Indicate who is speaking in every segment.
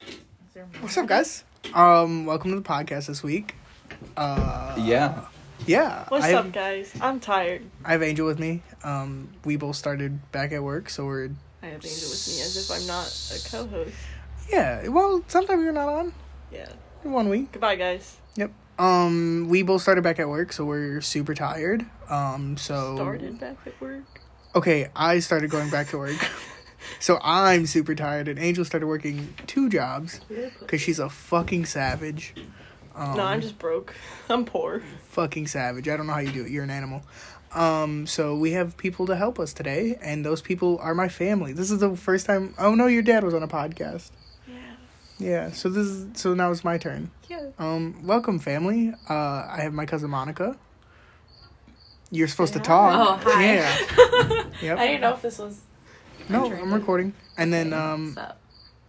Speaker 1: Is there more?
Speaker 2: What's up, guys? Um, welcome to the podcast this week. Uh,
Speaker 3: Yeah.
Speaker 2: yeah.
Speaker 1: What's
Speaker 2: I have,
Speaker 1: up, guys? I'm tired.
Speaker 2: I have Angel with me. Um, we both started back at work, so we're
Speaker 1: I have Angel with me as if I'm not a co-host.
Speaker 2: yeah. Well, sometimes you're not on
Speaker 1: Yeah.
Speaker 2: one week.
Speaker 1: Goodbye, guys.
Speaker 2: Yep. Um, we both started back at work, so we're super tired. Um,
Speaker 3: Oh.
Speaker 2: so
Speaker 1: Started back at work.
Speaker 2: okay, I started going back to work, so I'm super tired, and Angel started working two jobs
Speaker 3: Oh.
Speaker 2: because she's a fucking savage. Um,
Speaker 1: no, I'm just broke. I'm poor.
Speaker 2: fucking savage. I don't know how you do it. You're an animal. Um, so we have people to help us today, and those people are my family. This is the first time. Oh no, your dad was on a podcast.
Speaker 1: Yeah.
Speaker 2: Yeah. So this is so now it's my turn.
Speaker 1: Yeah.
Speaker 2: Um, welcome family. Uh, I have my cousin Monica. You're supposed to
Speaker 1: hi.
Speaker 2: talk.
Speaker 4: Oh, hi.
Speaker 2: Yeah. Yep.
Speaker 4: I didn't know if this was.
Speaker 2: No,
Speaker 4: entering
Speaker 2: I'm
Speaker 4: the-
Speaker 2: recording. And then um,
Speaker 4: What's up?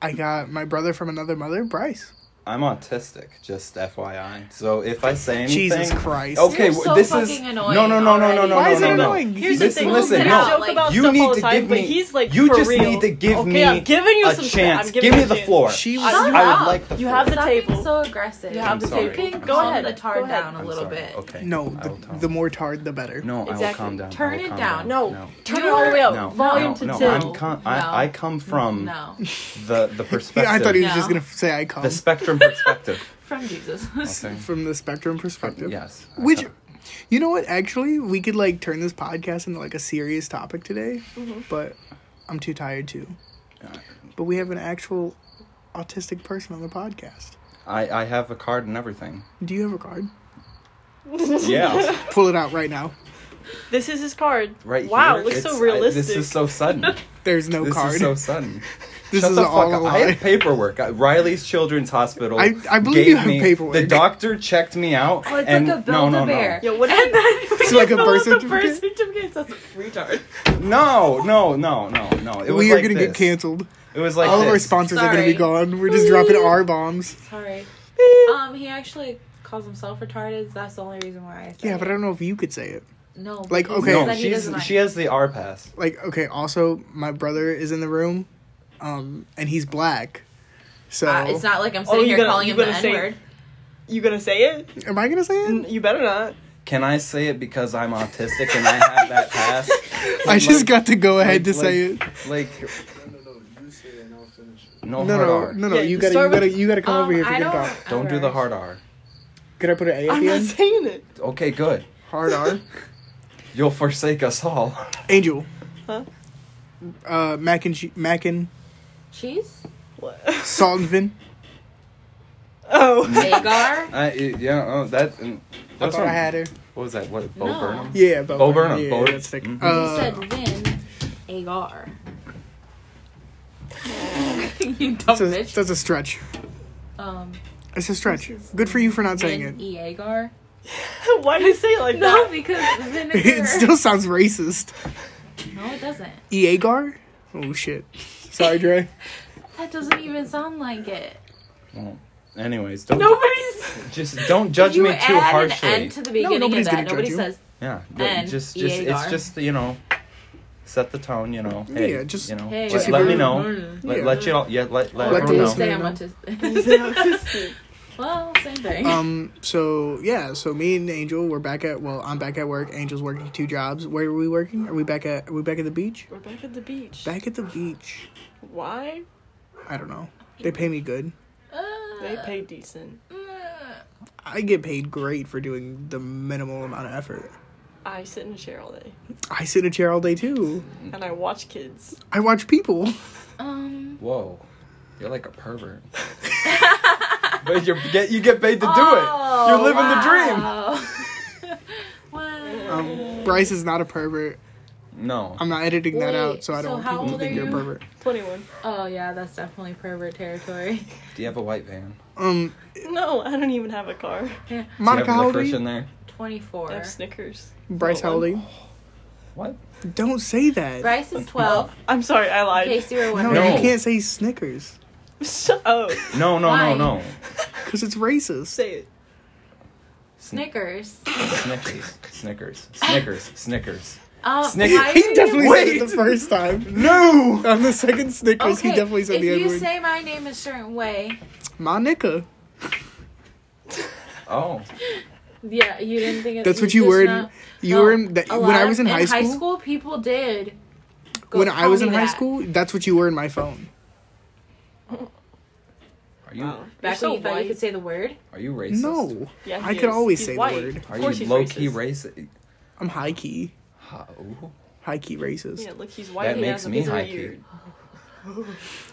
Speaker 2: I got my brother from another mother, Bryce.
Speaker 3: I'm autistic, just FYI. So if I say anything,
Speaker 2: Jesus Christ.
Speaker 3: Okay,
Speaker 4: You're
Speaker 3: w-
Speaker 4: so
Speaker 3: this is
Speaker 4: fucking
Speaker 3: no,
Speaker 4: annoying
Speaker 3: no, no, no, no,
Speaker 4: already.
Speaker 3: no,
Speaker 2: Why
Speaker 3: no,
Speaker 2: is
Speaker 3: no,
Speaker 2: it
Speaker 3: no.
Speaker 2: annoying?
Speaker 1: Here's
Speaker 3: the Listen, thing, listen,
Speaker 1: we
Speaker 3: no.
Speaker 1: joke about
Speaker 3: You
Speaker 1: stuff
Speaker 3: need
Speaker 1: all the
Speaker 3: to
Speaker 1: time,
Speaker 3: give
Speaker 1: but
Speaker 3: me-
Speaker 1: he's like
Speaker 3: you
Speaker 1: for
Speaker 3: just
Speaker 1: real.
Speaker 3: need to give
Speaker 1: okay,
Speaker 3: me
Speaker 1: I'm giving you
Speaker 3: a
Speaker 1: some
Speaker 3: chance.
Speaker 1: I'm
Speaker 3: Give me
Speaker 1: giving you a
Speaker 3: the
Speaker 1: chance.
Speaker 3: floor.
Speaker 2: She
Speaker 1: I-
Speaker 2: was-
Speaker 1: you
Speaker 3: I
Speaker 4: Stop.
Speaker 3: would like the
Speaker 1: You
Speaker 3: floor.
Speaker 1: have the
Speaker 4: Stop being
Speaker 1: table.
Speaker 4: so aggressive.
Speaker 1: You have
Speaker 3: I'm
Speaker 1: the
Speaker 3: sorry.
Speaker 1: table.
Speaker 3: I'm
Speaker 1: Go
Speaker 3: sorry.
Speaker 1: ahead.
Speaker 4: the tar
Speaker 1: Go ahead.
Speaker 4: down
Speaker 3: I'm
Speaker 4: a little
Speaker 3: sorry.
Speaker 4: bit.
Speaker 3: Okay.
Speaker 2: No,
Speaker 3: I will
Speaker 2: the,
Speaker 3: calm-
Speaker 2: the more tarred, the better.
Speaker 3: No, I will
Speaker 1: Exactly.
Speaker 3: calm down. I
Speaker 4: Turn
Speaker 3: will
Speaker 4: it
Speaker 3: calm
Speaker 4: down.
Speaker 1: No.
Speaker 3: No.
Speaker 1: Turn it all the way up.
Speaker 3: No,
Speaker 1: Volume
Speaker 3: no,
Speaker 1: to
Speaker 3: no,
Speaker 1: two.
Speaker 3: I'm com-
Speaker 4: No.
Speaker 3: I, I come from
Speaker 4: No,
Speaker 3: the the perspective,
Speaker 2: Yeah, I thought he was
Speaker 4: No.
Speaker 2: just gonna f- say I come
Speaker 3: the spectrum perspective.
Speaker 4: from Jesus.
Speaker 3: Okay.
Speaker 2: from the spectrum perspective.
Speaker 3: Yes. I
Speaker 2: Which,
Speaker 3: thought-
Speaker 2: you know what? Actually, we could like turn this podcast into like a serious topic today, but I'm too tired to. But we have an actual autistic person on the podcast.
Speaker 3: I I have a card and everything.
Speaker 2: Do you have a card?
Speaker 3: Yeah.
Speaker 2: Pull it out right now.
Speaker 1: This is his card.
Speaker 3: Right
Speaker 1: wow,
Speaker 3: here.
Speaker 1: looks
Speaker 3: It's-
Speaker 1: so
Speaker 3: I-
Speaker 1: realistic.
Speaker 3: this is so sudden.
Speaker 2: There's no
Speaker 3: this
Speaker 2: card.
Speaker 3: is so sudden.
Speaker 2: This
Speaker 3: Shut
Speaker 2: is
Speaker 3: the fuck
Speaker 2: all a
Speaker 3: up.
Speaker 2: lie.
Speaker 3: I had paperwork. I- Riley's Children's Hospital.
Speaker 2: I- I believe you have
Speaker 3: me-
Speaker 2: paperwork.
Speaker 3: The doctor checked me out.
Speaker 4: Oh, it's
Speaker 3: and
Speaker 4: like a
Speaker 3: no, no,
Speaker 4: Build-A-Bear.
Speaker 1: Yo, what is
Speaker 4: And then
Speaker 2: It's like a birth
Speaker 4: the birth
Speaker 2: certificate.
Speaker 4: certificate says retard.
Speaker 3: No, no, no, no, no. It was
Speaker 2: We are
Speaker 3: like
Speaker 2: gonna get
Speaker 3: this.
Speaker 2: canceled.
Speaker 3: It was like
Speaker 2: all of our
Speaker 3: this.
Speaker 2: sponsors are gonna be
Speaker 4: Sorry.
Speaker 2: gone. We're just dropping R bombs.
Speaker 4: Sorry. Um, he actually calls himself retarded. so That's the only reason why I. Said
Speaker 2: Yeah, but I
Speaker 4: it.
Speaker 2: don't know if you could say it.
Speaker 4: No.
Speaker 2: Like,
Speaker 4: because
Speaker 2: okay.
Speaker 4: he
Speaker 2: No,
Speaker 3: No,
Speaker 4: said he
Speaker 3: she's
Speaker 4: doesn't
Speaker 3: she
Speaker 4: like-
Speaker 3: has the R pass.
Speaker 2: like okay also my brother is in the room um and he's black so
Speaker 4: Uh, it's not like I'm
Speaker 1: Oh,
Speaker 4: sitting
Speaker 1: you
Speaker 4: here
Speaker 1: gonna-
Speaker 4: calling
Speaker 1: you
Speaker 4: him the
Speaker 1: gonna say-
Speaker 4: N word.
Speaker 1: You gonna say it?
Speaker 2: am i gonna say
Speaker 1: N-
Speaker 2: it
Speaker 1: You better not.
Speaker 3: Can I say it because I'm autistic and I have that pass?
Speaker 2: i just got to go ahead
Speaker 3: like-
Speaker 2: to say it
Speaker 3: like- Like
Speaker 5: No, no, you say it and I'll finish it.
Speaker 3: no,
Speaker 2: no
Speaker 3: hard
Speaker 2: no
Speaker 3: R.
Speaker 2: no no
Speaker 1: Yeah,
Speaker 2: you gotta you
Speaker 1: start
Speaker 2: gotta
Speaker 1: with-
Speaker 2: you gotta come
Speaker 4: Um,
Speaker 2: over here if
Speaker 4: I
Speaker 2: you can
Speaker 4: don't.
Speaker 2: talk
Speaker 3: Don't do the hard R.
Speaker 2: could i put an a at
Speaker 1: I'm
Speaker 2: the
Speaker 1: not
Speaker 2: end
Speaker 1: saying it.
Speaker 3: Okay, good.
Speaker 2: hard r
Speaker 3: You'll forsake us all.
Speaker 2: angel
Speaker 1: Huh?
Speaker 2: uh mac and che- mac and
Speaker 4: Cheese.
Speaker 1: What?
Speaker 2: salt and vin
Speaker 1: Oh.
Speaker 4: Agar.
Speaker 3: I, it- yeah, oh, that. And,
Speaker 2: i
Speaker 3: that's
Speaker 2: thought
Speaker 3: what
Speaker 2: i had her
Speaker 3: What was that? What? Bo
Speaker 4: No.
Speaker 3: Burnham?
Speaker 2: yeah but
Speaker 3: Bo Burnham,
Speaker 2: yeah,
Speaker 3: Bo-
Speaker 2: that's thick.
Speaker 3: Mhm. He
Speaker 4: he
Speaker 2: Uh,
Speaker 4: said Vin Agar. you dumb
Speaker 2: that's, a,
Speaker 4: bitch.
Speaker 2: that's a stretch
Speaker 4: um,
Speaker 2: it's a stretch good for you for not saying
Speaker 4: Vin
Speaker 2: it
Speaker 4: E. Agar.
Speaker 1: Why do you say it like
Speaker 4: No,
Speaker 1: that?
Speaker 4: because vinegar.
Speaker 2: it still sounds racist E
Speaker 4: no, it doesn't.
Speaker 2: eagar oh shit sorry dre
Speaker 4: That doesn't even sound like it.
Speaker 3: Well, anyways, don't
Speaker 4: Nobody's.
Speaker 3: just don't judge
Speaker 4: you
Speaker 3: me too
Speaker 4: add
Speaker 3: harshly.
Speaker 4: An N to the beginning
Speaker 2: nobody's
Speaker 4: of
Speaker 2: gonna
Speaker 4: that.
Speaker 2: judge
Speaker 4: Nobody
Speaker 2: you.
Speaker 4: says.
Speaker 3: Yeah,
Speaker 4: N, E
Speaker 3: just just it's
Speaker 4: EAR.
Speaker 3: just you know, set the tone. You know, hey,
Speaker 2: Yeah, just-
Speaker 3: you know,
Speaker 4: Hey,
Speaker 3: let,
Speaker 2: you
Speaker 3: let
Speaker 2: were-
Speaker 3: me know. Let,
Speaker 2: Yeah.
Speaker 3: let you all, yeah, let let
Speaker 2: Let them
Speaker 4: Or do you
Speaker 3: everyone know.
Speaker 4: say I'm
Speaker 2: know.
Speaker 4: autistic? well, same thing.
Speaker 2: um so yeah so me and angel we're back at well i'm back at work angel's working two jobs where are we working are we back at are we back at the beach
Speaker 1: We're back at the beach.
Speaker 2: back at the beach
Speaker 1: Why?
Speaker 2: i don't know they pay me good
Speaker 1: They
Speaker 4: Uh.
Speaker 1: pay decent.
Speaker 2: i get paid great for doing the minimal amount of effort
Speaker 1: I sit in a chair all day
Speaker 2: i sit in a chair all day too
Speaker 1: and I watch kids.
Speaker 2: i watch people
Speaker 4: um.
Speaker 3: Whoa, you're like a pervert. but you get you get paid to do it. You're
Speaker 4: Oh,
Speaker 3: living
Speaker 4: wow. Wow.
Speaker 2: um, bryce is not a pervert
Speaker 3: the dream. No,
Speaker 2: i'm not editing that out
Speaker 4: Wait,
Speaker 2: so i don't
Speaker 4: so how
Speaker 2: want people to
Speaker 4: old
Speaker 2: think
Speaker 4: are
Speaker 2: you're a
Speaker 4: you?
Speaker 2: pervert
Speaker 1: 21.
Speaker 4: Oh yeah, that's definitely pervert territory.
Speaker 3: do you have a white van?
Speaker 2: um
Speaker 1: No, I don't even have a car.
Speaker 2: monica
Speaker 3: do you
Speaker 2: how
Speaker 3: have
Speaker 2: old are
Speaker 3: licorice
Speaker 2: you
Speaker 3: in there?
Speaker 1: I
Speaker 4: Twenty-four.
Speaker 1: have Snickers.
Speaker 2: bryce how old are you
Speaker 3: What?
Speaker 2: don't say that
Speaker 4: Oh, Bryce is twelve.
Speaker 1: I'm sorry, I
Speaker 4: In
Speaker 1: lied.
Speaker 4: case you were
Speaker 2: no,
Speaker 4: wondering.
Speaker 3: No.
Speaker 2: you can't say snickers
Speaker 1: oh,
Speaker 3: No, no,
Speaker 4: Why?
Speaker 3: no, no.
Speaker 2: because it's racist
Speaker 1: say it.
Speaker 4: Snickers.
Speaker 3: Snickers, Snickers, Snickers, Snickers.
Speaker 4: Um,
Speaker 3: Snickers.
Speaker 4: why
Speaker 2: He
Speaker 4: are you-
Speaker 2: definitely
Speaker 3: Wait.
Speaker 2: said it the first time.
Speaker 3: No.
Speaker 2: On the second Snickers, he definitely said
Speaker 4: if
Speaker 2: the N
Speaker 4: you
Speaker 2: word.
Speaker 4: say my name a certain way,
Speaker 2: My nigga.
Speaker 3: Oh.
Speaker 4: yeah, you didn't think it,
Speaker 2: That's what you were.
Speaker 4: just
Speaker 2: In,
Speaker 4: not-
Speaker 2: you
Speaker 4: no,
Speaker 2: were in that,
Speaker 4: a
Speaker 2: when I
Speaker 4: lot
Speaker 2: was in,
Speaker 4: of-
Speaker 2: high, school,
Speaker 4: people did. go
Speaker 2: When I
Speaker 4: call
Speaker 2: was
Speaker 4: me
Speaker 2: in high
Speaker 4: that.
Speaker 2: school, that's what you were in my phone.
Speaker 3: Are
Speaker 1: Oh.
Speaker 3: you
Speaker 4: back when you thought you could say the word,
Speaker 3: are you racist?
Speaker 2: No,
Speaker 1: Yeah,
Speaker 2: I
Speaker 1: he
Speaker 2: could
Speaker 1: is.
Speaker 2: always
Speaker 1: He's
Speaker 2: say the
Speaker 1: white.
Speaker 2: word.
Speaker 1: Of
Speaker 3: Are
Speaker 1: course
Speaker 3: you
Speaker 1: he's
Speaker 3: low key
Speaker 1: racist.
Speaker 3: racist?
Speaker 2: I'm high key,
Speaker 3: Ha- ooh.
Speaker 2: high key racist.
Speaker 1: Yeah, look, he's white.
Speaker 3: That
Speaker 1: he
Speaker 3: makes
Speaker 1: has a
Speaker 3: me
Speaker 1: busy
Speaker 3: high
Speaker 1: beard.
Speaker 3: key.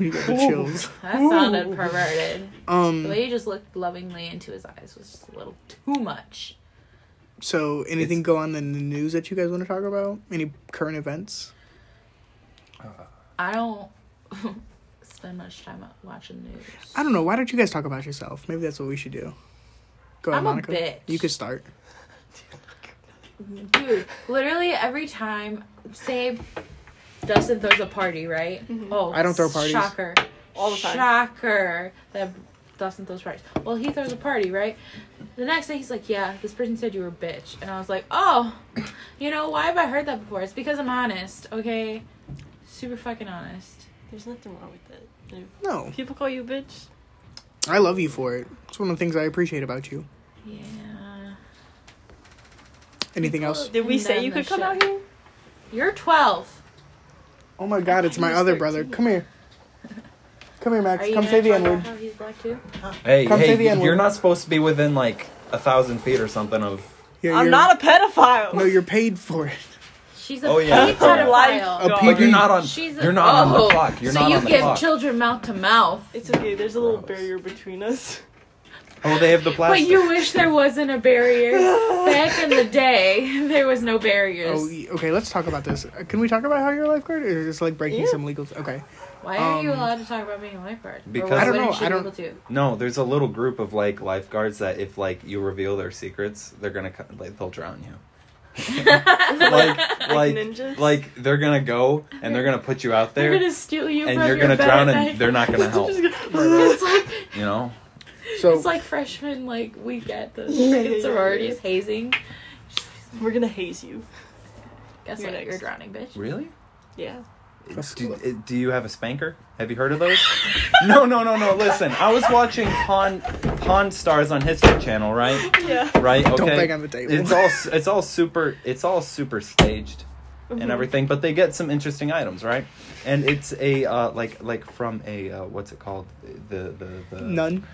Speaker 2: You got the chills.
Speaker 4: that sounded perverted. The
Speaker 2: Um.
Speaker 4: way you just looked lovingly into his eyes was just a little too much.
Speaker 2: So, anything
Speaker 3: It's-
Speaker 2: go on in the news that you guys want to talk about? Any current events?
Speaker 4: I don't spend much time watching news.
Speaker 2: I don't know. Why don't you guys talk about yourself? Maybe that's what we should do. Go ahead,
Speaker 4: I'm a
Speaker 2: Monica.
Speaker 4: bitch.
Speaker 2: You could start.
Speaker 4: Dude, literally every time, say Dustin throws a party, right? Oh,
Speaker 2: I don't throw parties.
Speaker 4: Shocker.
Speaker 1: Mm-hmm. All the time.
Speaker 4: Shocker that Dustin throws parties. Well, he throws a party, right? The next day he's like, yeah, this person said you were a bitch. And I was like, oh, you know, why have I heard that before? It's because I'm honest, okay? Super fucking honest.
Speaker 1: There's nothing wrong with that. If
Speaker 2: No,
Speaker 1: people call you bitch,
Speaker 2: I love you for it. It's one of the things I appreciate about you.
Speaker 4: Yeah.
Speaker 2: Anything else?
Speaker 1: did we
Speaker 4: And
Speaker 1: say
Speaker 4: then
Speaker 1: you
Speaker 4: the
Speaker 1: could come
Speaker 4: shit.
Speaker 1: out here?
Speaker 4: You're 12.
Speaker 2: Oh my God! It's my
Speaker 1: He's
Speaker 2: other brother.
Speaker 1: 13.
Speaker 2: Come here. Come here,
Speaker 4: Are
Speaker 2: Max.
Speaker 4: you
Speaker 2: Come
Speaker 4: gonna
Speaker 2: say the
Speaker 4: talk
Speaker 2: N
Speaker 4: about
Speaker 2: word.
Speaker 4: how he's black too?
Speaker 3: Hey,
Speaker 2: Come say
Speaker 3: hey,
Speaker 2: the
Speaker 3: you're
Speaker 2: N-word.
Speaker 3: not supposed to be within like a thousand feet or something of.
Speaker 1: I'm not a pedophile.
Speaker 2: No, you're paid for it.
Speaker 4: She's a
Speaker 3: Oh, yeah.
Speaker 4: paid
Speaker 3: For
Speaker 1: life.
Speaker 4: pedophile.
Speaker 2: A
Speaker 1: God.
Speaker 3: But
Speaker 2: PG.
Speaker 3: you're not on.
Speaker 4: She's a,
Speaker 3: you're not on
Speaker 4: oh,
Speaker 3: the clock. You're
Speaker 4: so
Speaker 3: not
Speaker 4: you
Speaker 3: on the
Speaker 4: give
Speaker 3: clock.
Speaker 4: children mouth to mouth.
Speaker 1: It's okay. There's a little
Speaker 3: Gross.
Speaker 1: barrier between us.
Speaker 3: oh, they have the
Speaker 4: But
Speaker 3: plastic.
Speaker 4: you wish there wasn't a barrier. Back in the day, there was no barriers.
Speaker 2: Oh, y- okay. Let's talk about this. Uh, Can we talk about how you're a lifeguard, or just like breaking
Speaker 1: Yeah.
Speaker 2: some legals? Okay.
Speaker 4: Why are you
Speaker 2: um,
Speaker 4: allowed to talk about being a lifeguard? Or
Speaker 3: because-
Speaker 4: why
Speaker 3: I don't
Speaker 4: wouldn't
Speaker 2: know,
Speaker 4: she
Speaker 2: I
Speaker 4: be
Speaker 2: don't-
Speaker 4: able to?
Speaker 3: No, there's a little group of like lifeguards that if like you reveal their secrets, they're gonna co- like they'll drown you. like like
Speaker 1: ninjas?
Speaker 3: like they're gonna go and they're gonna put you out
Speaker 4: They're
Speaker 3: there
Speaker 4: gonna steal you
Speaker 3: and
Speaker 4: from
Speaker 3: you're
Speaker 4: your
Speaker 3: gonna
Speaker 4: bed
Speaker 3: drown
Speaker 4: at
Speaker 3: and
Speaker 4: night.
Speaker 3: they're not gonna help.
Speaker 4: it's like
Speaker 3: You know?
Speaker 2: So
Speaker 4: it's like freshman like week at the
Speaker 1: Yeah, yeah,
Speaker 4: freaking
Speaker 1: yeah,
Speaker 4: sororities
Speaker 1: yeah.
Speaker 4: hazing.
Speaker 1: We're gonna haze you.
Speaker 4: Guess
Speaker 1: You're
Speaker 4: what? You're
Speaker 1: next.
Speaker 4: drowning, bitch.
Speaker 3: Really?
Speaker 1: Yeah.
Speaker 2: That's
Speaker 3: Do,
Speaker 2: cool.
Speaker 3: uh, do you have a spanker? Have you heard of those? no, no, no, no. Listen, I was watching Pawn Pawn Stars on History Channel, right?
Speaker 1: Yeah.
Speaker 3: Right? Okay.
Speaker 2: Don't bang on the table.
Speaker 3: It's all s- it's all super it's all super staged.
Speaker 1: Mm-hmm.
Speaker 3: and everything but they get some interesting items right and it's a uh, like like from a uh, what's it called the the, the
Speaker 2: none.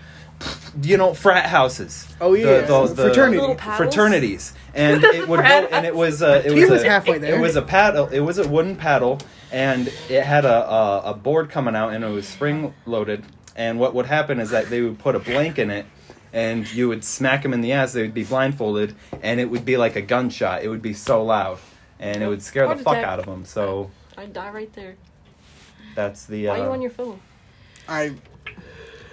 Speaker 3: you know frat houses
Speaker 2: Oh, yeah,
Speaker 3: the, the, the
Speaker 2: fraternity.
Speaker 1: Little paddles?
Speaker 3: fraternities and it would
Speaker 4: Frat
Speaker 3: go, and it was uh, it was,
Speaker 2: He was
Speaker 3: a,
Speaker 2: halfway there.
Speaker 3: it was a paddle it was a wooden paddle and it had a a, a board coming out and it was spring loaded and what would happen is that they would put a blank in it and you would smack them in the ass they would be blindfolded and it would be like a gunshot it would be so loud and it would scare
Speaker 4: Heart
Speaker 3: the fuck
Speaker 4: attack.
Speaker 3: out of them so
Speaker 1: I'd die right there.
Speaker 3: that's the uh,
Speaker 1: Why are you on your phone?
Speaker 2: I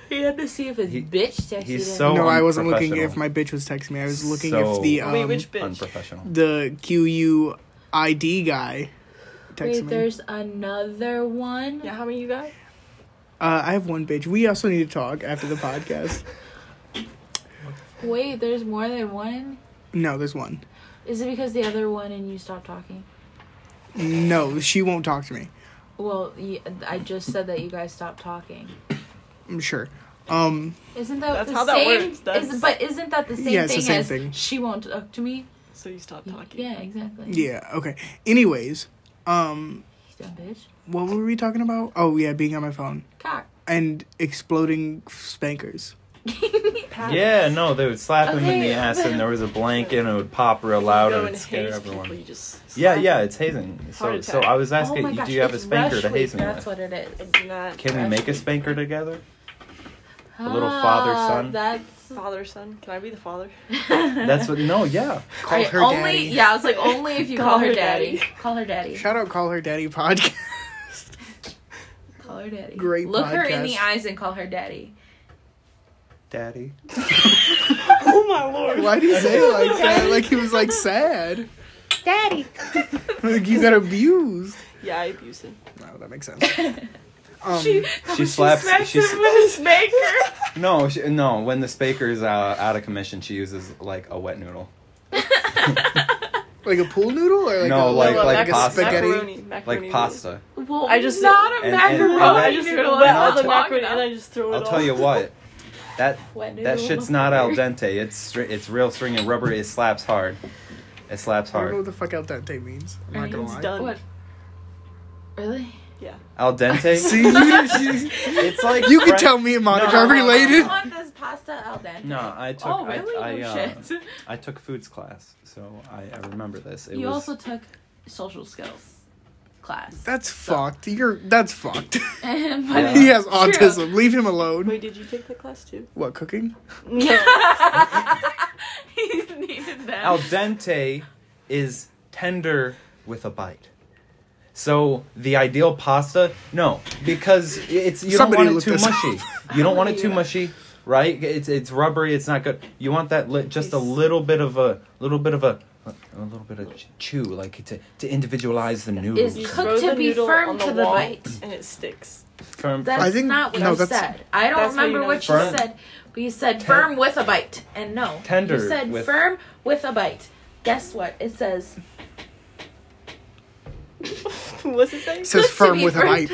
Speaker 4: He had to see if his
Speaker 3: He-
Speaker 4: bitch texted
Speaker 3: he's
Speaker 4: him.
Speaker 3: so
Speaker 2: no, I wasn't looking
Speaker 3: unprofessional.
Speaker 2: if my bitch was texting me. I was looking if
Speaker 3: So-
Speaker 2: the um,
Speaker 1: Wait, which bitch?
Speaker 3: unprofessional
Speaker 2: the QUID guy
Speaker 4: Wait,
Speaker 2: texted me.
Speaker 4: there's another one.
Speaker 1: Yeah, how many you got?
Speaker 2: Uh, I have one bitch. We also need to talk after the podcast.
Speaker 4: Wait, there's more than one.
Speaker 2: No, there's one.
Speaker 4: Is it because the other one and you stopped talking?
Speaker 2: No, she won't talk to me.
Speaker 4: Well, y- I just said that you guys stopped talking.
Speaker 2: I'm sure. Um,
Speaker 4: Isn't that
Speaker 1: That's
Speaker 4: the
Speaker 1: how that
Speaker 4: same?
Speaker 1: works, that's-
Speaker 4: Is, but isn't that the same
Speaker 2: Yeah, it's
Speaker 4: thing
Speaker 2: the same
Speaker 4: as
Speaker 2: thing.
Speaker 4: she won't talk to me?
Speaker 1: So you stopped talking.
Speaker 4: Yeah, exactly.
Speaker 2: yeah, okay. Anyways, um,
Speaker 4: You dumb bitch.
Speaker 2: what were we talking about? Oh yeah, being on my phone
Speaker 4: Cock.
Speaker 2: and exploding spankers.
Speaker 1: Pat.
Speaker 3: Yeah, no, they would slap him in the
Speaker 4: Okay.
Speaker 3: ass, and there was a blanket, and it would pop real loud,
Speaker 1: Go
Speaker 3: and
Speaker 1: and
Speaker 3: it'd scare
Speaker 1: haze
Speaker 3: everyone.
Speaker 1: people, you just
Speaker 3: yeah,
Speaker 1: slap
Speaker 3: yeah,
Speaker 1: them.
Speaker 3: it's hazing. So,
Speaker 1: Heart
Speaker 3: so
Speaker 1: attack.
Speaker 3: I was
Speaker 4: oh
Speaker 3: asking,
Speaker 4: my gosh,
Speaker 3: do you have a
Speaker 4: it's
Speaker 3: spanker
Speaker 4: rush
Speaker 3: to
Speaker 4: week,
Speaker 3: haze me
Speaker 4: That's
Speaker 3: with?
Speaker 4: what it is.
Speaker 1: I do not.
Speaker 3: Can we
Speaker 4: rush
Speaker 3: make a
Speaker 4: week.
Speaker 3: spanker together?
Speaker 4: A
Speaker 3: little father-son?
Speaker 4: Ah, That's
Speaker 1: Father, son. Can I be the father?
Speaker 3: That's what. No, yeah.
Speaker 2: Call
Speaker 4: I
Speaker 2: her
Speaker 4: only,
Speaker 2: daddy.
Speaker 4: Yeah, I was like, only if you
Speaker 1: Call
Speaker 4: call her
Speaker 1: her
Speaker 4: daddy.
Speaker 1: daddy.
Speaker 4: Call her daddy.
Speaker 2: Shout out, call her daddy podcast.
Speaker 4: Call her daddy.
Speaker 2: Great
Speaker 4: Look her in the
Speaker 2: podcast.
Speaker 4: eyes and call her daddy.
Speaker 3: Daddy.
Speaker 1: oh my lord.
Speaker 2: Why do you say it like that? Like he was like sad.
Speaker 4: Daddy.
Speaker 2: Like you got abused.
Speaker 1: Yeah, I abuse him.
Speaker 2: No, that makes sense. Um,
Speaker 4: she, Oh, she
Speaker 3: slaps-
Speaker 4: smacks
Speaker 3: she
Speaker 4: him with a spanker.
Speaker 3: No, she, no. When the spanker's uh, out of commission, she uses like a wet noodle.
Speaker 2: Like a pool noodle or like a,
Speaker 3: No, like-
Speaker 1: Well,
Speaker 3: like
Speaker 1: mac-
Speaker 2: a
Speaker 3: pasta.
Speaker 2: spaghetti.
Speaker 1: Macaroni, macaroni
Speaker 3: like
Speaker 1: noodles.
Speaker 3: pasta.
Speaker 4: Well,
Speaker 1: I just-
Speaker 4: not a
Speaker 3: and- and-
Speaker 4: macaroni.
Speaker 3: and
Speaker 1: I
Speaker 3: Macaroni
Speaker 1: just
Speaker 4: noodle.
Speaker 1: wet
Speaker 4: That's
Speaker 1: all the
Speaker 4: long
Speaker 1: macaroni
Speaker 4: enough.
Speaker 1: and I just throw it
Speaker 3: I'll
Speaker 1: all.
Speaker 3: tell you what, that
Speaker 4: Wet
Speaker 3: that
Speaker 4: noodle.
Speaker 3: shit's not al dente. It's str- it's real string and rubber. It slaps hard. It slaps
Speaker 2: I don't know what
Speaker 4: Oh.
Speaker 3: hard.
Speaker 2: the fuck al dente means. I'm not
Speaker 4: Right.
Speaker 2: gonna
Speaker 4: It's
Speaker 2: lie.
Speaker 1: done.
Speaker 4: What? Really?
Speaker 3: Al
Speaker 2: See,
Speaker 3: dente.
Speaker 2: you, you,
Speaker 3: it's like
Speaker 2: you can
Speaker 3: French-
Speaker 2: tell me and Monica
Speaker 3: No.
Speaker 2: are related.
Speaker 4: I want this pasta al dente.
Speaker 3: No, I took
Speaker 4: Oh, really?
Speaker 3: I, I,
Speaker 4: no
Speaker 3: uh,
Speaker 4: shit.
Speaker 3: I took foods class, so I, I remember this. It
Speaker 4: You
Speaker 3: was
Speaker 4: also took social skills class.
Speaker 2: That's
Speaker 4: So-
Speaker 2: fucked. You're that's fucked.
Speaker 4: But
Speaker 3: Yeah.
Speaker 2: he has
Speaker 4: it's true.
Speaker 2: autism. Leave him alone.
Speaker 1: Wait, did you take the class too?
Speaker 2: What cooking?
Speaker 1: No.
Speaker 4: he needed that.
Speaker 3: al dente is tender with a bite. So the ideal pasta, no, because it's you
Speaker 2: Somebody
Speaker 3: don't
Speaker 2: look
Speaker 3: want it too
Speaker 2: this up.
Speaker 3: mushy. You don't want it too
Speaker 1: Yeah.
Speaker 3: mushy, right? It's it's rubbery. It's not good. You want that li- just a little bit of a little bit of a a little bit of ch- chew, like to to individualize the noodles.
Speaker 4: Is
Speaker 1: You
Speaker 3: and-
Speaker 1: throw
Speaker 4: cooked to
Speaker 1: the
Speaker 4: be
Speaker 1: noodle
Speaker 4: firm
Speaker 1: on the
Speaker 4: to the
Speaker 1: wall
Speaker 4: bite.
Speaker 1: and it sticks.
Speaker 3: firm,
Speaker 4: That's
Speaker 2: I think-
Speaker 4: not what
Speaker 2: no,
Speaker 4: you
Speaker 2: that's-
Speaker 4: said. I don't
Speaker 1: That's how you
Speaker 4: remember
Speaker 1: know
Speaker 4: what
Speaker 1: it's
Speaker 4: you
Speaker 3: firm.
Speaker 4: said, but you said
Speaker 3: Ten-
Speaker 4: firm with a bite. And no.
Speaker 3: Tender
Speaker 4: You said
Speaker 3: with-
Speaker 4: firm with a bite. Guess what? It says
Speaker 1: What's it say?
Speaker 2: It says
Speaker 4: Cooked to
Speaker 2: firm
Speaker 4: be
Speaker 2: with a
Speaker 4: firm.
Speaker 2: bite.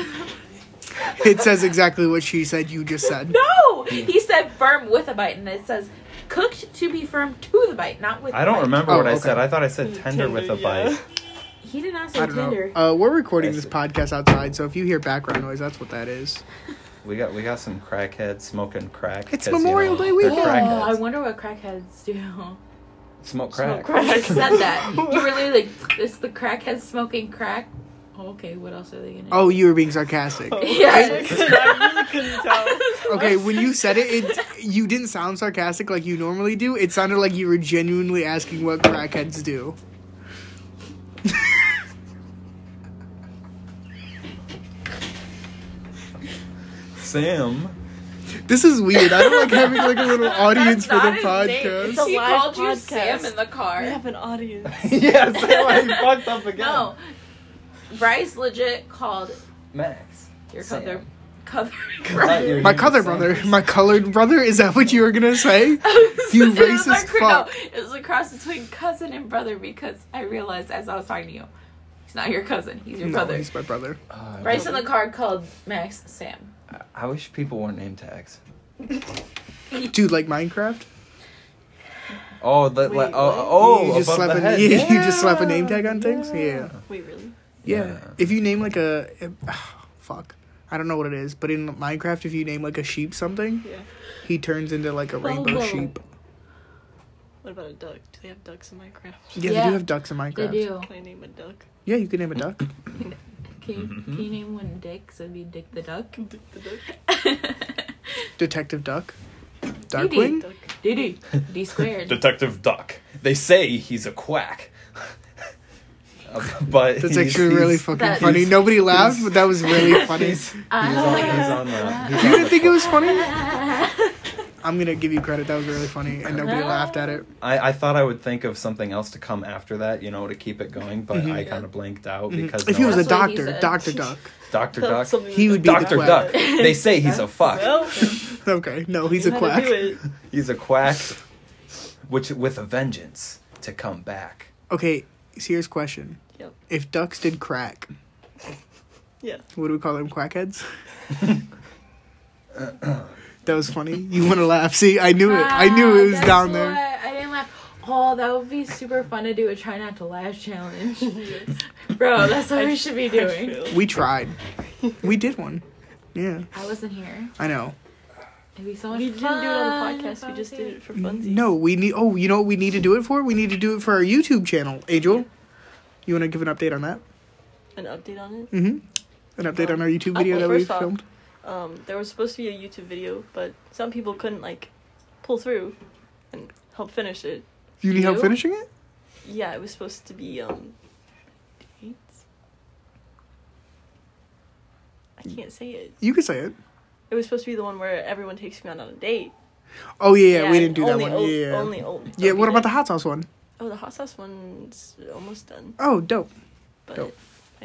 Speaker 2: It says exactly what she said. You just said.
Speaker 4: No! He said firm with a bite, and it says cooked to be firm to the bite, not with
Speaker 3: I
Speaker 4: the
Speaker 3: don't
Speaker 4: bite.
Speaker 3: remember
Speaker 2: Oh,
Speaker 3: what I
Speaker 2: okay.
Speaker 3: said. I thought I said
Speaker 4: Mm,
Speaker 3: tender,
Speaker 1: Tender,
Speaker 3: with a
Speaker 1: yeah.
Speaker 3: bite.
Speaker 4: He did not say
Speaker 2: I don't
Speaker 4: tender.
Speaker 2: know. Uh, we're recording this
Speaker 3: Yes.
Speaker 2: podcast outside, so if you hear background noise, that's what that is.
Speaker 3: We got we got some crackheads smoking crack.
Speaker 2: It's
Speaker 3: 'cause, you
Speaker 2: Memorial
Speaker 3: know,
Speaker 2: Day
Speaker 3: they're
Speaker 2: weekend.
Speaker 4: Oh,
Speaker 3: crackheads.
Speaker 4: I wonder what crackheads do.
Speaker 3: Smoke
Speaker 1: Smoke
Speaker 3: crack.
Speaker 4: You
Speaker 1: crack.
Speaker 4: said that. You were literally like, it's the crackhead smoking crack. Okay, what else are they gonna
Speaker 2: Oh, you were being sarcastic.
Speaker 1: Oh,
Speaker 4: Yes.
Speaker 1: I couldn't- I really couldn't tell.
Speaker 4: do?
Speaker 2: Okay, when you said it, it you didn't sound sarcastic like you normally do. It sounded like you were genuinely asking what crackheads do.
Speaker 3: Sam.
Speaker 2: This is weird. I don't like having like a little audience for
Speaker 4: That's
Speaker 2: the
Speaker 4: not his name.
Speaker 2: podcast.
Speaker 1: It's a
Speaker 4: he
Speaker 1: live
Speaker 4: called you
Speaker 1: podcast.
Speaker 4: Sam in the car.
Speaker 1: We have an audience.
Speaker 3: yeah, Sam. I fucked up again.
Speaker 4: No, Bryce legit called
Speaker 3: Max.
Speaker 4: your
Speaker 3: Sam.
Speaker 4: cover cover.
Speaker 3: Not your
Speaker 2: My
Speaker 3: human
Speaker 2: color
Speaker 3: Sam.
Speaker 2: brother, my colored brother. Is that what you were gonna say? You
Speaker 4: It was
Speaker 2: racist
Speaker 4: a cr- no,
Speaker 2: fuck.
Speaker 4: it was a cross between cousin and brother because I realized as I was talking to you, he's not your cousin. He's your
Speaker 2: No,
Speaker 4: brother.
Speaker 2: he's my brother.
Speaker 3: Uh, I
Speaker 4: Bryce in
Speaker 3: don't-
Speaker 4: the car called Max Sam.
Speaker 3: I wish people weren't name tags.
Speaker 2: Dude, like Minecraft?
Speaker 3: Oh, the
Speaker 1: Wait,
Speaker 3: like,
Speaker 1: what?
Speaker 3: oh, oh,
Speaker 2: you just
Speaker 3: above
Speaker 2: slap E. a,
Speaker 3: the head.
Speaker 2: you, you
Speaker 3: Yeah.
Speaker 2: just slap a name tag on things. Yeah.
Speaker 1: Wait, really?
Speaker 2: Yeah.
Speaker 3: Yeah.
Speaker 2: If you name like a, ah, fuck, I don't know what it is, but in Minecraft, if you name like a sheep something,
Speaker 1: Yeah.
Speaker 2: he turns into like a rainbow
Speaker 4: Bobo.
Speaker 2: sheep.
Speaker 1: What about a duck? Do they have ducks in Minecraft?
Speaker 2: Yeah, they
Speaker 4: Yeah.
Speaker 2: do have ducks in
Speaker 4: They
Speaker 2: Minecraft.
Speaker 4: do.
Speaker 1: Can I name a duck?
Speaker 2: Yeah, you can name a duck.
Speaker 4: Can you, can you name one Dick? So it'd be Dick the Duck.
Speaker 1: Duck the duck?
Speaker 2: Detective Duck.
Speaker 4: Dee
Speaker 2: Darkwing.
Speaker 1: Duck.
Speaker 4: DD. D squared.
Speaker 3: Detective Duck. They say he's a quack,
Speaker 2: That's
Speaker 3: but he's-
Speaker 2: actually
Speaker 3: he's-
Speaker 2: really fucking
Speaker 4: That-
Speaker 2: funny. Nobody laughed, but that was really funny.
Speaker 3: He's, he's
Speaker 4: I
Speaker 3: on,
Speaker 4: like
Speaker 3: he's
Speaker 4: it.
Speaker 3: on the. He's
Speaker 2: You
Speaker 3: on
Speaker 2: didn't
Speaker 3: the
Speaker 2: think it was funny?
Speaker 4: I
Speaker 2: I'm gonna give you credit. That was really funny, and nobody
Speaker 4: No.
Speaker 2: laughed at it.
Speaker 3: I, I thought I would think of something else to come after that, you know, to keep it going, but I kind of blanked out because
Speaker 2: Mm-hmm. If
Speaker 3: no
Speaker 2: he was a
Speaker 3: one-
Speaker 4: That's what he
Speaker 2: doctor,
Speaker 4: said.
Speaker 2: Doctor Duck.
Speaker 3: Dr.
Speaker 1: That's
Speaker 3: Duck,
Speaker 1: something
Speaker 2: He
Speaker 1: that-
Speaker 2: would be
Speaker 3: Dr.
Speaker 2: Well-
Speaker 3: Duck, they say he's a fuck.
Speaker 1: Well,
Speaker 2: Okay, no, he's
Speaker 1: you
Speaker 2: a
Speaker 1: had to
Speaker 2: quack.
Speaker 1: do it.
Speaker 3: He's a quack, which with a vengeance to come back.
Speaker 2: Okay, serious question.
Speaker 1: Yep.
Speaker 2: If ducks did crack,
Speaker 1: Yeah.
Speaker 2: what do we call them? Quackheads? that was funny. You want to laugh? See, I knew it. I knew
Speaker 1: Ah,
Speaker 2: it was down there.
Speaker 4: I didn't laugh. Oh, that would be super fun to do a try not to laugh challenge. Bro, that's what we should be doing.
Speaker 2: We tried. We did one. Yeah,
Speaker 4: I wasn't here.
Speaker 2: I know.
Speaker 4: It'd be so much
Speaker 1: We didn't do it
Speaker 4: fun.
Speaker 1: on the
Speaker 4: if
Speaker 1: podcast.
Speaker 4: I
Speaker 1: We just
Speaker 4: was
Speaker 1: did
Speaker 4: here.
Speaker 1: it for funsies.
Speaker 2: No, we need. Oh, you know what we need to do it for? We need to do it for our YouTube channel. Angel, you want to give an update on that? Mm-hmm.
Speaker 1: An update on it.
Speaker 2: An update on our YouTube video
Speaker 1: Oh,
Speaker 2: that we
Speaker 1: first off-
Speaker 2: filmed?
Speaker 1: Um, there was supposed to be a YouTube video, but some people couldn't like pull through and help finish it.
Speaker 2: You need help
Speaker 4: You?
Speaker 2: finishing it?
Speaker 1: Yeah, it was supposed to be um dates. I can't say it.
Speaker 2: You can say it.
Speaker 1: It was supposed to be the one where everyone takes me out on a date.
Speaker 2: Oh yeah, yeah we didn't
Speaker 1: and
Speaker 2: do that
Speaker 1: only
Speaker 2: one.
Speaker 1: old-
Speaker 2: yeah.
Speaker 1: Only old.
Speaker 2: yeah, what about the
Speaker 1: hot?
Speaker 2: hot sauce one?
Speaker 1: Oh, the hot sauce one's almost done,
Speaker 2: Oh, dope.
Speaker 1: but
Speaker 2: Dope.
Speaker 1: I just-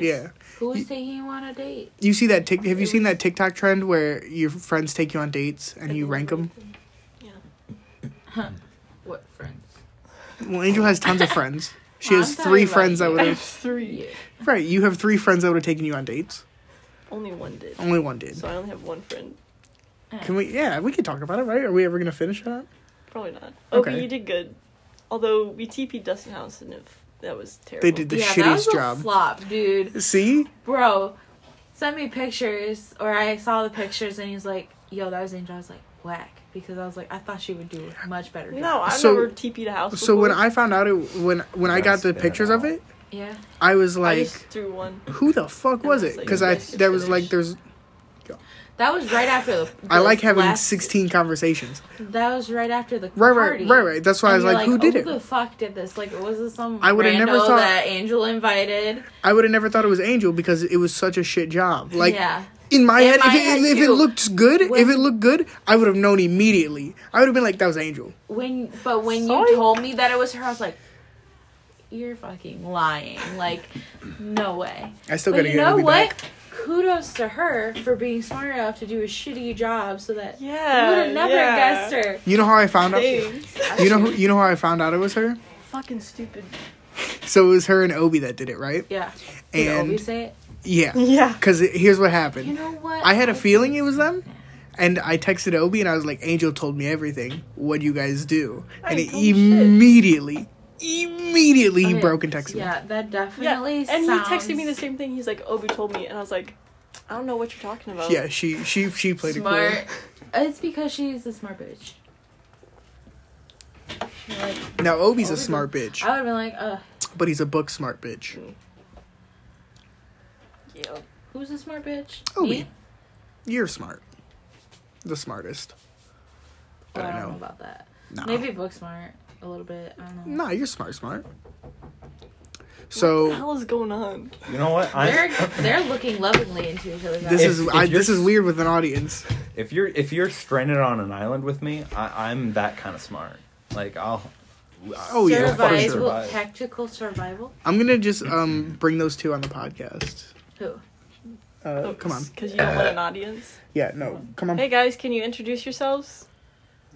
Speaker 2: Yeah.
Speaker 4: Who was taking you on a date?
Speaker 2: You see that tick Have you seen that TikTok trend where your friends take you on dates and you rank them?
Speaker 4: What friends?
Speaker 2: Well, Angel has tons of friends. She
Speaker 4: Well,
Speaker 2: has
Speaker 4: I'm
Speaker 2: three
Speaker 4: sorry about
Speaker 2: friends that
Speaker 4: you.
Speaker 2: would
Speaker 1: I have
Speaker 2: have.
Speaker 1: three.
Speaker 2: Right, you have three friends that would have taken you on dates.
Speaker 1: Only one did.
Speaker 2: Only one did.
Speaker 1: So I only have one friend.
Speaker 2: Can we? Yeah, we can talk about it, right? Are we ever gonna finish it? up?
Speaker 1: Probably not. Okay,
Speaker 2: Okay.
Speaker 1: you did good. Although we TP'd Dustin House and if that was terrible.
Speaker 2: They did the
Speaker 4: yeah, that was
Speaker 2: shittiest
Speaker 4: a
Speaker 2: job.
Speaker 4: flop, dude.
Speaker 2: See,
Speaker 4: Bro, send me pictures, or I saw the pictures, and he's like, "Yo, that was Angel." I was like, "Whack," because I was like, I thought she would do a much better. job.
Speaker 1: No, I've
Speaker 2: So-
Speaker 1: never TP'd a house.
Speaker 2: so when
Speaker 1: before.
Speaker 2: I found out it, when when I got
Speaker 3: That's
Speaker 2: the
Speaker 3: bad.
Speaker 2: pictures of it,
Speaker 4: Yeah.
Speaker 2: I was
Speaker 1: I
Speaker 2: like,
Speaker 1: just threw one.
Speaker 2: who the fuck was it? Because I there was like there's
Speaker 4: That was right after the.
Speaker 2: I like
Speaker 4: those
Speaker 2: having
Speaker 4: last-
Speaker 2: sixteen conversations.
Speaker 4: That was right after the
Speaker 2: Right,
Speaker 4: party.
Speaker 2: right, right, right. That's why I was
Speaker 4: And
Speaker 2: like,
Speaker 4: you're
Speaker 2: who did
Speaker 4: "Oh,
Speaker 2: it?
Speaker 4: Who the fuck did this? Like, was this some
Speaker 2: I
Speaker 4: I
Speaker 2: would've
Speaker 4: rando
Speaker 2: never thought-
Speaker 4: that Angel invited?
Speaker 2: I would have never thought it was Angel because it was such a shit job. Like
Speaker 4: yeah,
Speaker 2: in my
Speaker 4: In
Speaker 2: head,
Speaker 4: my
Speaker 2: if, it,
Speaker 4: head,
Speaker 2: if it
Speaker 4: too.
Speaker 2: looked good, if
Speaker 4: When-
Speaker 2: it looked good, I would have known immediately. I would have been like, that was Angel.
Speaker 4: when but when
Speaker 1: Sorry.
Speaker 4: you told me that it was her, I was like, you're fucking lying. Like, no way.
Speaker 2: I still
Speaker 4: but
Speaker 2: gotta
Speaker 4: you
Speaker 2: get
Speaker 4: know
Speaker 2: Emily
Speaker 4: what?
Speaker 2: back.
Speaker 4: Kudos to her for being smart enough to do a shitty job so that you
Speaker 1: Yeah.
Speaker 4: would have never
Speaker 1: yeah.
Speaker 4: guessed her.
Speaker 2: You know how I found out.
Speaker 1: Thanks.
Speaker 2: You know who, you know how I found out it was her.
Speaker 1: Fucking stupid.
Speaker 2: So it was her and Obi that did it, right?
Speaker 4: Yeah. Did Obi
Speaker 2: And
Speaker 4: say it?
Speaker 2: yeah,
Speaker 1: Yeah.
Speaker 2: because here's what
Speaker 4: You
Speaker 2: happened.
Speaker 4: know what?
Speaker 2: I had a feeling it was them, and I texted Obi and I was like, Angel told me everything. What do you guys do?
Speaker 1: I
Speaker 2: And
Speaker 1: ain't told
Speaker 2: he
Speaker 1: you shit.
Speaker 2: immediately, immediately he
Speaker 4: Okay,
Speaker 2: broke and texted me.
Speaker 4: Yeah, that
Speaker 1: Yeah.
Speaker 4: definitely
Speaker 1: And he
Speaker 4: sounds...
Speaker 1: texted me the same thing. He's like, Obi told me. And I was like, I don't know what you're talking about.
Speaker 2: Yeah, she she she played it cool.
Speaker 4: smart. Uh, It's because she's a smart bitch. Like,
Speaker 2: Now Obi's a
Speaker 4: Obi's a-
Speaker 2: smart bitch,
Speaker 4: I would have been like, uh,
Speaker 2: but he's a book smart bitch.
Speaker 1: Yeah.
Speaker 4: who's a smart bitch?
Speaker 2: Obi.
Speaker 4: Me?
Speaker 2: You're smart, the smartest. But
Speaker 4: Well,
Speaker 2: I
Speaker 4: I don't
Speaker 2: know.
Speaker 4: know about that.
Speaker 2: Nah.
Speaker 4: Maybe book smart a little bit. I don't know.
Speaker 2: Nah, you're smart, smart.
Speaker 1: What the
Speaker 2: So
Speaker 1: hell is going on?
Speaker 3: You know what?
Speaker 4: They're
Speaker 3: I,
Speaker 4: they're looking lovingly into each other's eyes.
Speaker 2: this
Speaker 3: If-
Speaker 2: is
Speaker 3: if
Speaker 2: I,
Speaker 3: you're-
Speaker 2: this is weird with an audience.
Speaker 3: if you're if you're stranded on an island with me, I, I'm that kind of smart. Like I'll.
Speaker 2: Oh, yeah, for
Speaker 4: survival,
Speaker 2: sure.
Speaker 4: tactical survival.
Speaker 2: I'm gonna just um bring those two on the podcast.
Speaker 4: Who?
Speaker 2: Uh,
Speaker 4: Oh,
Speaker 2: come on.
Speaker 1: Because you don't want an audience.
Speaker 2: Yeah, no, come on.
Speaker 1: Hey guys, can you introduce yourselves?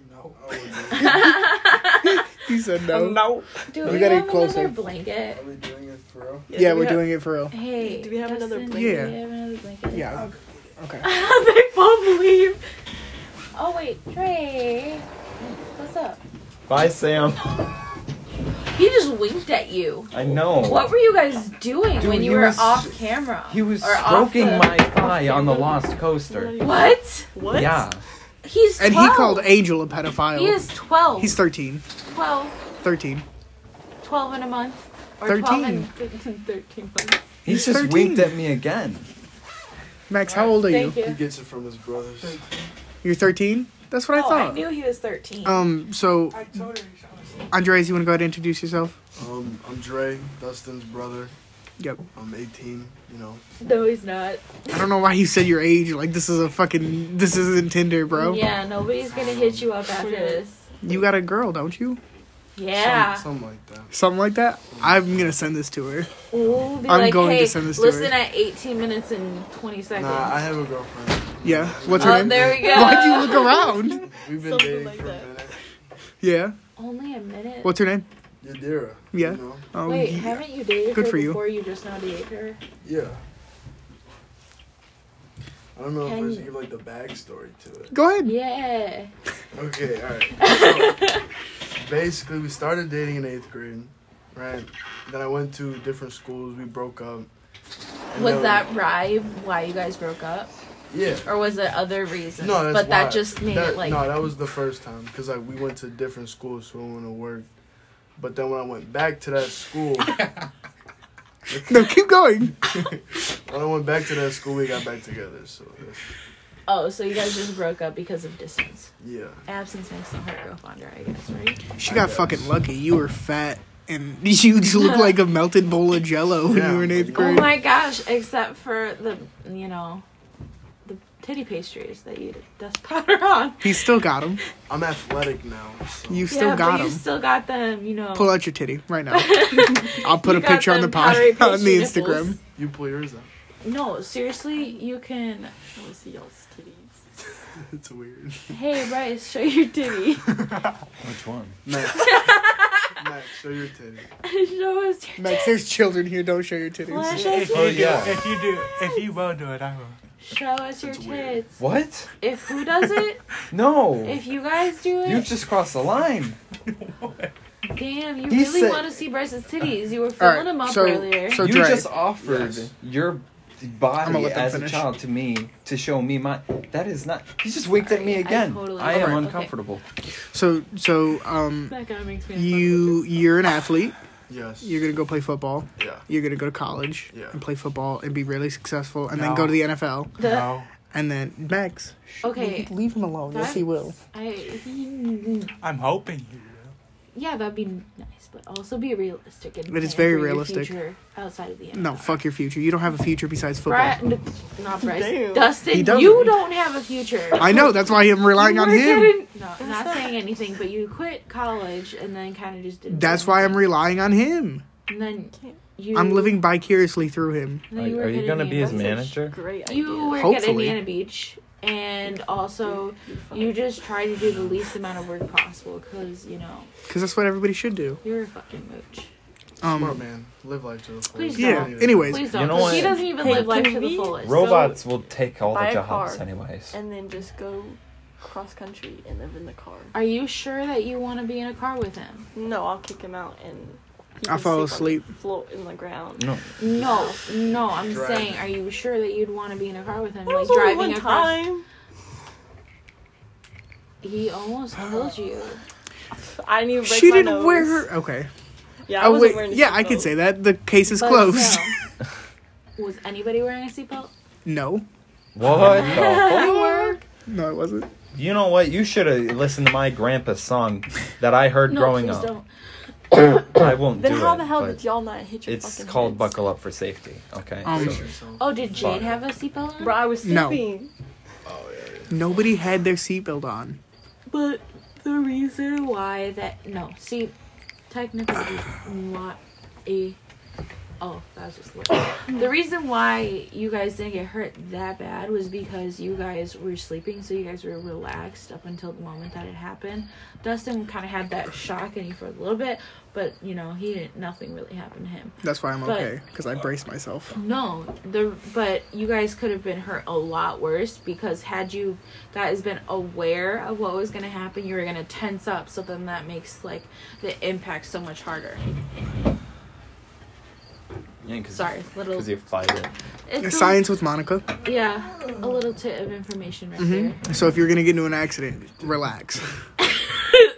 Speaker 5: No. I would do it.
Speaker 2: He said no.
Speaker 1: Um,
Speaker 4: Do
Speaker 2: We
Speaker 4: we,
Speaker 2: gotta
Speaker 4: have
Speaker 2: get closer.
Speaker 4: another blanket?
Speaker 5: Are we doing it for real?
Speaker 2: Yeah,
Speaker 1: do we
Speaker 2: we're
Speaker 1: have-
Speaker 2: doing it for real.
Speaker 4: Hey,
Speaker 1: Do we have another
Speaker 4: Dustin,
Speaker 1: blanket?
Speaker 2: Yeah.
Speaker 4: Do we have another blanket?
Speaker 2: Yeah. Okay.
Speaker 4: they both leave. Oh wait, Trey, what's up?
Speaker 3: Bye, Sam.
Speaker 4: He just winked at you.
Speaker 3: I know.
Speaker 4: What were you guys doing
Speaker 3: Dude,
Speaker 4: when
Speaker 3: he
Speaker 4: you were
Speaker 3: was-
Speaker 4: off camera?
Speaker 3: He was
Speaker 4: Or off
Speaker 3: stroking
Speaker 4: the-
Speaker 3: my thigh on the Lost Coaster.
Speaker 4: What?
Speaker 1: What?
Speaker 3: Yeah.
Speaker 4: He's 12.
Speaker 2: And he called Angel a pedophile.
Speaker 4: He is 12.
Speaker 2: He's 13.
Speaker 4: 12.
Speaker 2: 13.
Speaker 4: 12 in a month. Or 12 in 13 months.
Speaker 3: He
Speaker 2: He's
Speaker 3: just
Speaker 2: 13.
Speaker 3: winked at me again.
Speaker 2: Max, how old are you?
Speaker 4: Thank
Speaker 5: He
Speaker 4: you.
Speaker 5: gets it from his brothers.
Speaker 2: You're 13? That's what I
Speaker 4: Oh, I
Speaker 2: thought.
Speaker 4: knew he was 13.
Speaker 2: um, so,
Speaker 5: I told her.
Speaker 2: Andres, you want to go ahead and introduce yourself?
Speaker 5: Um, I'm Dre, Dustin's brother.
Speaker 2: Yep.
Speaker 5: I'm 18. You know.
Speaker 4: no, he's not.
Speaker 2: I don't know why you said your age. Like, this is a fucking. This isn't Tinder, bro.
Speaker 4: Yeah, nobody's gonna hit you up after this.
Speaker 2: You got a girl, don't you?
Speaker 4: Yeah.
Speaker 5: Some, something like that.
Speaker 2: Something like that? I'm going to send this to her.
Speaker 4: Ooh, be
Speaker 2: I'm
Speaker 4: like,
Speaker 2: going to
Speaker 4: hey,
Speaker 2: send this to
Speaker 4: listen
Speaker 2: her.
Speaker 4: at 18 minutes and 20 seconds.
Speaker 5: Nah, I have a girlfriend.
Speaker 2: Yeah. What's her
Speaker 4: oh,
Speaker 2: name?
Speaker 4: there we go.
Speaker 2: Why'd you look around?
Speaker 5: We've been
Speaker 1: Something
Speaker 5: dating
Speaker 1: like
Speaker 5: for
Speaker 1: that.
Speaker 5: a minute.
Speaker 2: Yeah.
Speaker 4: Only a minute.
Speaker 2: What's her name?
Speaker 5: Yadira.
Speaker 2: Yeah.
Speaker 5: You know?
Speaker 2: Um,
Speaker 4: Wait,
Speaker 2: yeah.
Speaker 4: haven't you dated
Speaker 2: Good
Speaker 4: her
Speaker 2: for you.
Speaker 4: before you just now dated her?
Speaker 5: Yeah. I don't know if
Speaker 4: Can
Speaker 5: I
Speaker 4: you-
Speaker 5: should give like the backstory to it.
Speaker 2: Go ahead.
Speaker 4: Yeah.
Speaker 5: Okay, alright. So, basically, we started dating in eighth grade, right? Then I went to different schools. We broke up. And
Speaker 4: Was
Speaker 5: then-
Speaker 4: that why why you guys broke up,
Speaker 5: Yeah.
Speaker 4: or was it other reasons?
Speaker 5: No, that's
Speaker 4: but
Speaker 5: why.
Speaker 4: that just made
Speaker 5: That-
Speaker 4: it like
Speaker 5: no, that was the first time because like we went to different schools, so we went to work. But then when I went back to that school,
Speaker 2: No, keep going.
Speaker 5: when I went back to that school, we got back together. So that's,
Speaker 4: oh, so you guys just broke up because of distance.
Speaker 5: yeah,
Speaker 4: Absence makes the heart grow fonder, I guess, right?
Speaker 2: She got fucking lucky. You were fat and you just looked like a melted bowl of jello when you were in eighth
Speaker 4: Oh
Speaker 2: grade.
Speaker 4: my gosh! Except for the you know, the titty pastries that you dust powder on.
Speaker 2: he still got him.
Speaker 5: I'm athletic now. So.
Speaker 2: You still
Speaker 4: yeah,
Speaker 2: got
Speaker 4: but
Speaker 2: him.
Speaker 4: you still got them. You know.
Speaker 2: Pull out your titty right now. I'll put
Speaker 4: You
Speaker 2: a
Speaker 4: got
Speaker 2: picture on the
Speaker 4: them
Speaker 2: pod
Speaker 4: powdery
Speaker 2: on the
Speaker 4: pastry
Speaker 2: Instagram.
Speaker 4: nipples.
Speaker 5: You pull yours out.
Speaker 4: No, seriously, you can.
Speaker 1: I want to see y'all's titties.
Speaker 5: It's weird.
Speaker 4: Hey Bryce, show your titty.
Speaker 3: Which one?
Speaker 5: Max, Max, show your titty.
Speaker 4: Show us your
Speaker 2: Max, there's children here. Don't show your titties.
Speaker 4: Flash
Speaker 6: If
Speaker 4: us
Speaker 6: you,
Speaker 3: Oh,
Speaker 4: your-
Speaker 6: do,
Speaker 3: yeah.
Speaker 6: if you do, if you will do it, I will.
Speaker 4: show us your
Speaker 5: That's weird.
Speaker 4: tits.
Speaker 3: What?
Speaker 4: If who does it?
Speaker 3: No.
Speaker 4: If you guys do
Speaker 3: You
Speaker 4: it?
Speaker 3: just crossed the line.
Speaker 4: Damn, you
Speaker 3: He
Speaker 4: really
Speaker 3: said-
Speaker 4: want to see Bryce's titties. You were filling
Speaker 2: Alright,
Speaker 4: them up
Speaker 2: Uh, so-
Speaker 4: earlier.
Speaker 2: so-
Speaker 3: you
Speaker 2: Dre.
Speaker 3: just offered
Speaker 5: Yes.
Speaker 3: your
Speaker 2: I'ma
Speaker 3: body
Speaker 2: let them
Speaker 3: as a
Speaker 2: finish.
Speaker 3: child to me to show me my. That is not. He just winked at me
Speaker 4: I
Speaker 3: again. I,
Speaker 4: totally-
Speaker 3: am
Speaker 4: Alright.
Speaker 3: uncomfortable.
Speaker 2: So, so um,
Speaker 4: that kind of makes me
Speaker 2: you you're an athlete.
Speaker 5: Yes.
Speaker 2: You're gonna go play football.
Speaker 5: yeah.
Speaker 2: You're gonna go to college
Speaker 5: Yeah.
Speaker 2: and play football and be really successful, and
Speaker 6: No.
Speaker 2: then go to the NFL.
Speaker 4: The-
Speaker 6: No,
Speaker 2: And then Max, sh-
Speaker 4: Okay.
Speaker 2: leave him alone. Yes, he will.
Speaker 4: I, he,
Speaker 6: I'm hoping you will.
Speaker 4: yeah, that'd be nice, but also be realistic. And
Speaker 2: But it's
Speaker 4: plan
Speaker 2: very
Speaker 4: for your
Speaker 2: realistic.
Speaker 4: future Outside of the NFL.
Speaker 2: No, fuck your future. You don't have a future besides football.
Speaker 4: Bri- n- not Bryce.
Speaker 1: Damn.
Speaker 4: Dustin,
Speaker 2: He doesn't.
Speaker 4: you don't have a future.
Speaker 2: I know. That's why I'm relying on
Speaker 4: We're
Speaker 2: him.
Speaker 4: getting- no, I'm not saying anything, but you quit college and then kind of just didn't. do
Speaker 2: That's why I'm
Speaker 4: anything.
Speaker 2: relying on him.
Speaker 4: And then you.
Speaker 2: I'm living vicariously through him.
Speaker 4: and then work at Indiana Beach.
Speaker 1: Great idea.
Speaker 4: You work at
Speaker 2: Hopefully.
Speaker 4: Indiana Beach, and also you
Speaker 1: You
Speaker 4: just try to do the least amount of work possible because you know
Speaker 2: Because that's what everybody should do.
Speaker 4: you're a fucking mooch.
Speaker 5: Smart
Speaker 2: Um,
Speaker 5: man. Live life to the full.
Speaker 4: Please
Speaker 2: yeah.
Speaker 4: don't.
Speaker 2: Anyways,
Speaker 4: Please
Speaker 3: You
Speaker 4: don't.
Speaker 3: know
Speaker 4: 'cause he
Speaker 3: what?
Speaker 4: doesn't even
Speaker 1: Hey,
Speaker 4: live life
Speaker 1: can
Speaker 4: to the
Speaker 1: we-
Speaker 4: fullest.
Speaker 1: Robots
Speaker 3: will take all
Speaker 1: the buy a jobs car.
Speaker 3: anyways.
Speaker 1: and then just go cross country and live in the car.
Speaker 4: Are you sure that you want to be in a car with him?
Speaker 1: No, I'll kick him out and. he
Speaker 2: I'll
Speaker 1: can
Speaker 2: fall
Speaker 1: On the floor in the ground.
Speaker 3: No.
Speaker 4: No, no. I'm
Speaker 5: Driving.
Speaker 4: saying, are you sure that you'd want to be in a car with him,
Speaker 1: That
Speaker 4: like
Speaker 1: was only
Speaker 4: driving
Speaker 1: one
Speaker 4: across?
Speaker 1: time.
Speaker 4: He almost killed you.
Speaker 1: I didn't even break
Speaker 2: she
Speaker 1: my
Speaker 2: didn't
Speaker 1: nose.
Speaker 2: wear her. Okay.
Speaker 1: Yeah, I
Speaker 2: Oh,
Speaker 1: wasn't
Speaker 2: wait.
Speaker 1: wearing a
Speaker 2: Yeah, I could
Speaker 1: seatbelt.
Speaker 2: say that. The case is
Speaker 4: But
Speaker 2: closed.
Speaker 4: no. Was anybody wearing a seatbelt?
Speaker 2: no.
Speaker 3: What the
Speaker 4: Oh,
Speaker 3: fuck?
Speaker 2: No, it wasn't.
Speaker 3: You know what? You should have listened to my grandpa's song that I heard growing
Speaker 4: please
Speaker 3: up.
Speaker 4: don't.
Speaker 3: I won't
Speaker 1: Then
Speaker 3: do
Speaker 1: how
Speaker 3: it.
Speaker 1: the hell
Speaker 3: but
Speaker 1: did y'all not hit your
Speaker 3: it's
Speaker 1: fucking
Speaker 3: called
Speaker 1: heads?
Speaker 3: Buckle Up for Safety. Okay.
Speaker 2: Um,
Speaker 3: so-
Speaker 5: yourself.
Speaker 4: Oh, did
Speaker 3: Fuck.
Speaker 4: Jade have a seatbelt on?
Speaker 1: Bro, I was
Speaker 2: No.
Speaker 1: sleeping.
Speaker 5: Oh yeah. yeah.
Speaker 2: Nobody had their seatbelt on.
Speaker 4: But the reason why that no, see, technically it's not a. Oh, that was just lit. the reason why you guys didn't get hurt that bad was because you guys were sleeping, so you guys were relaxed up until the moment that it happened. Dustin kind of had that shock in you for a little bit, but you know he didn't. Nothing really happened to him.
Speaker 2: That's why I'm
Speaker 4: But-
Speaker 2: okay. Because I braced myself.
Speaker 4: No, the but you guys could have been hurt a lot worse because had you guys been aware of what was gonna happen, you were gonna tense up. So then that makes like the impact so much harder.
Speaker 3: Yeah, 'cause-
Speaker 4: Sorry, little.
Speaker 3: Because you fight it.
Speaker 4: it's a-
Speaker 2: Science with Monica.
Speaker 4: Yeah, a little tip of information right there.
Speaker 2: So if you're gonna get into an accident, relax.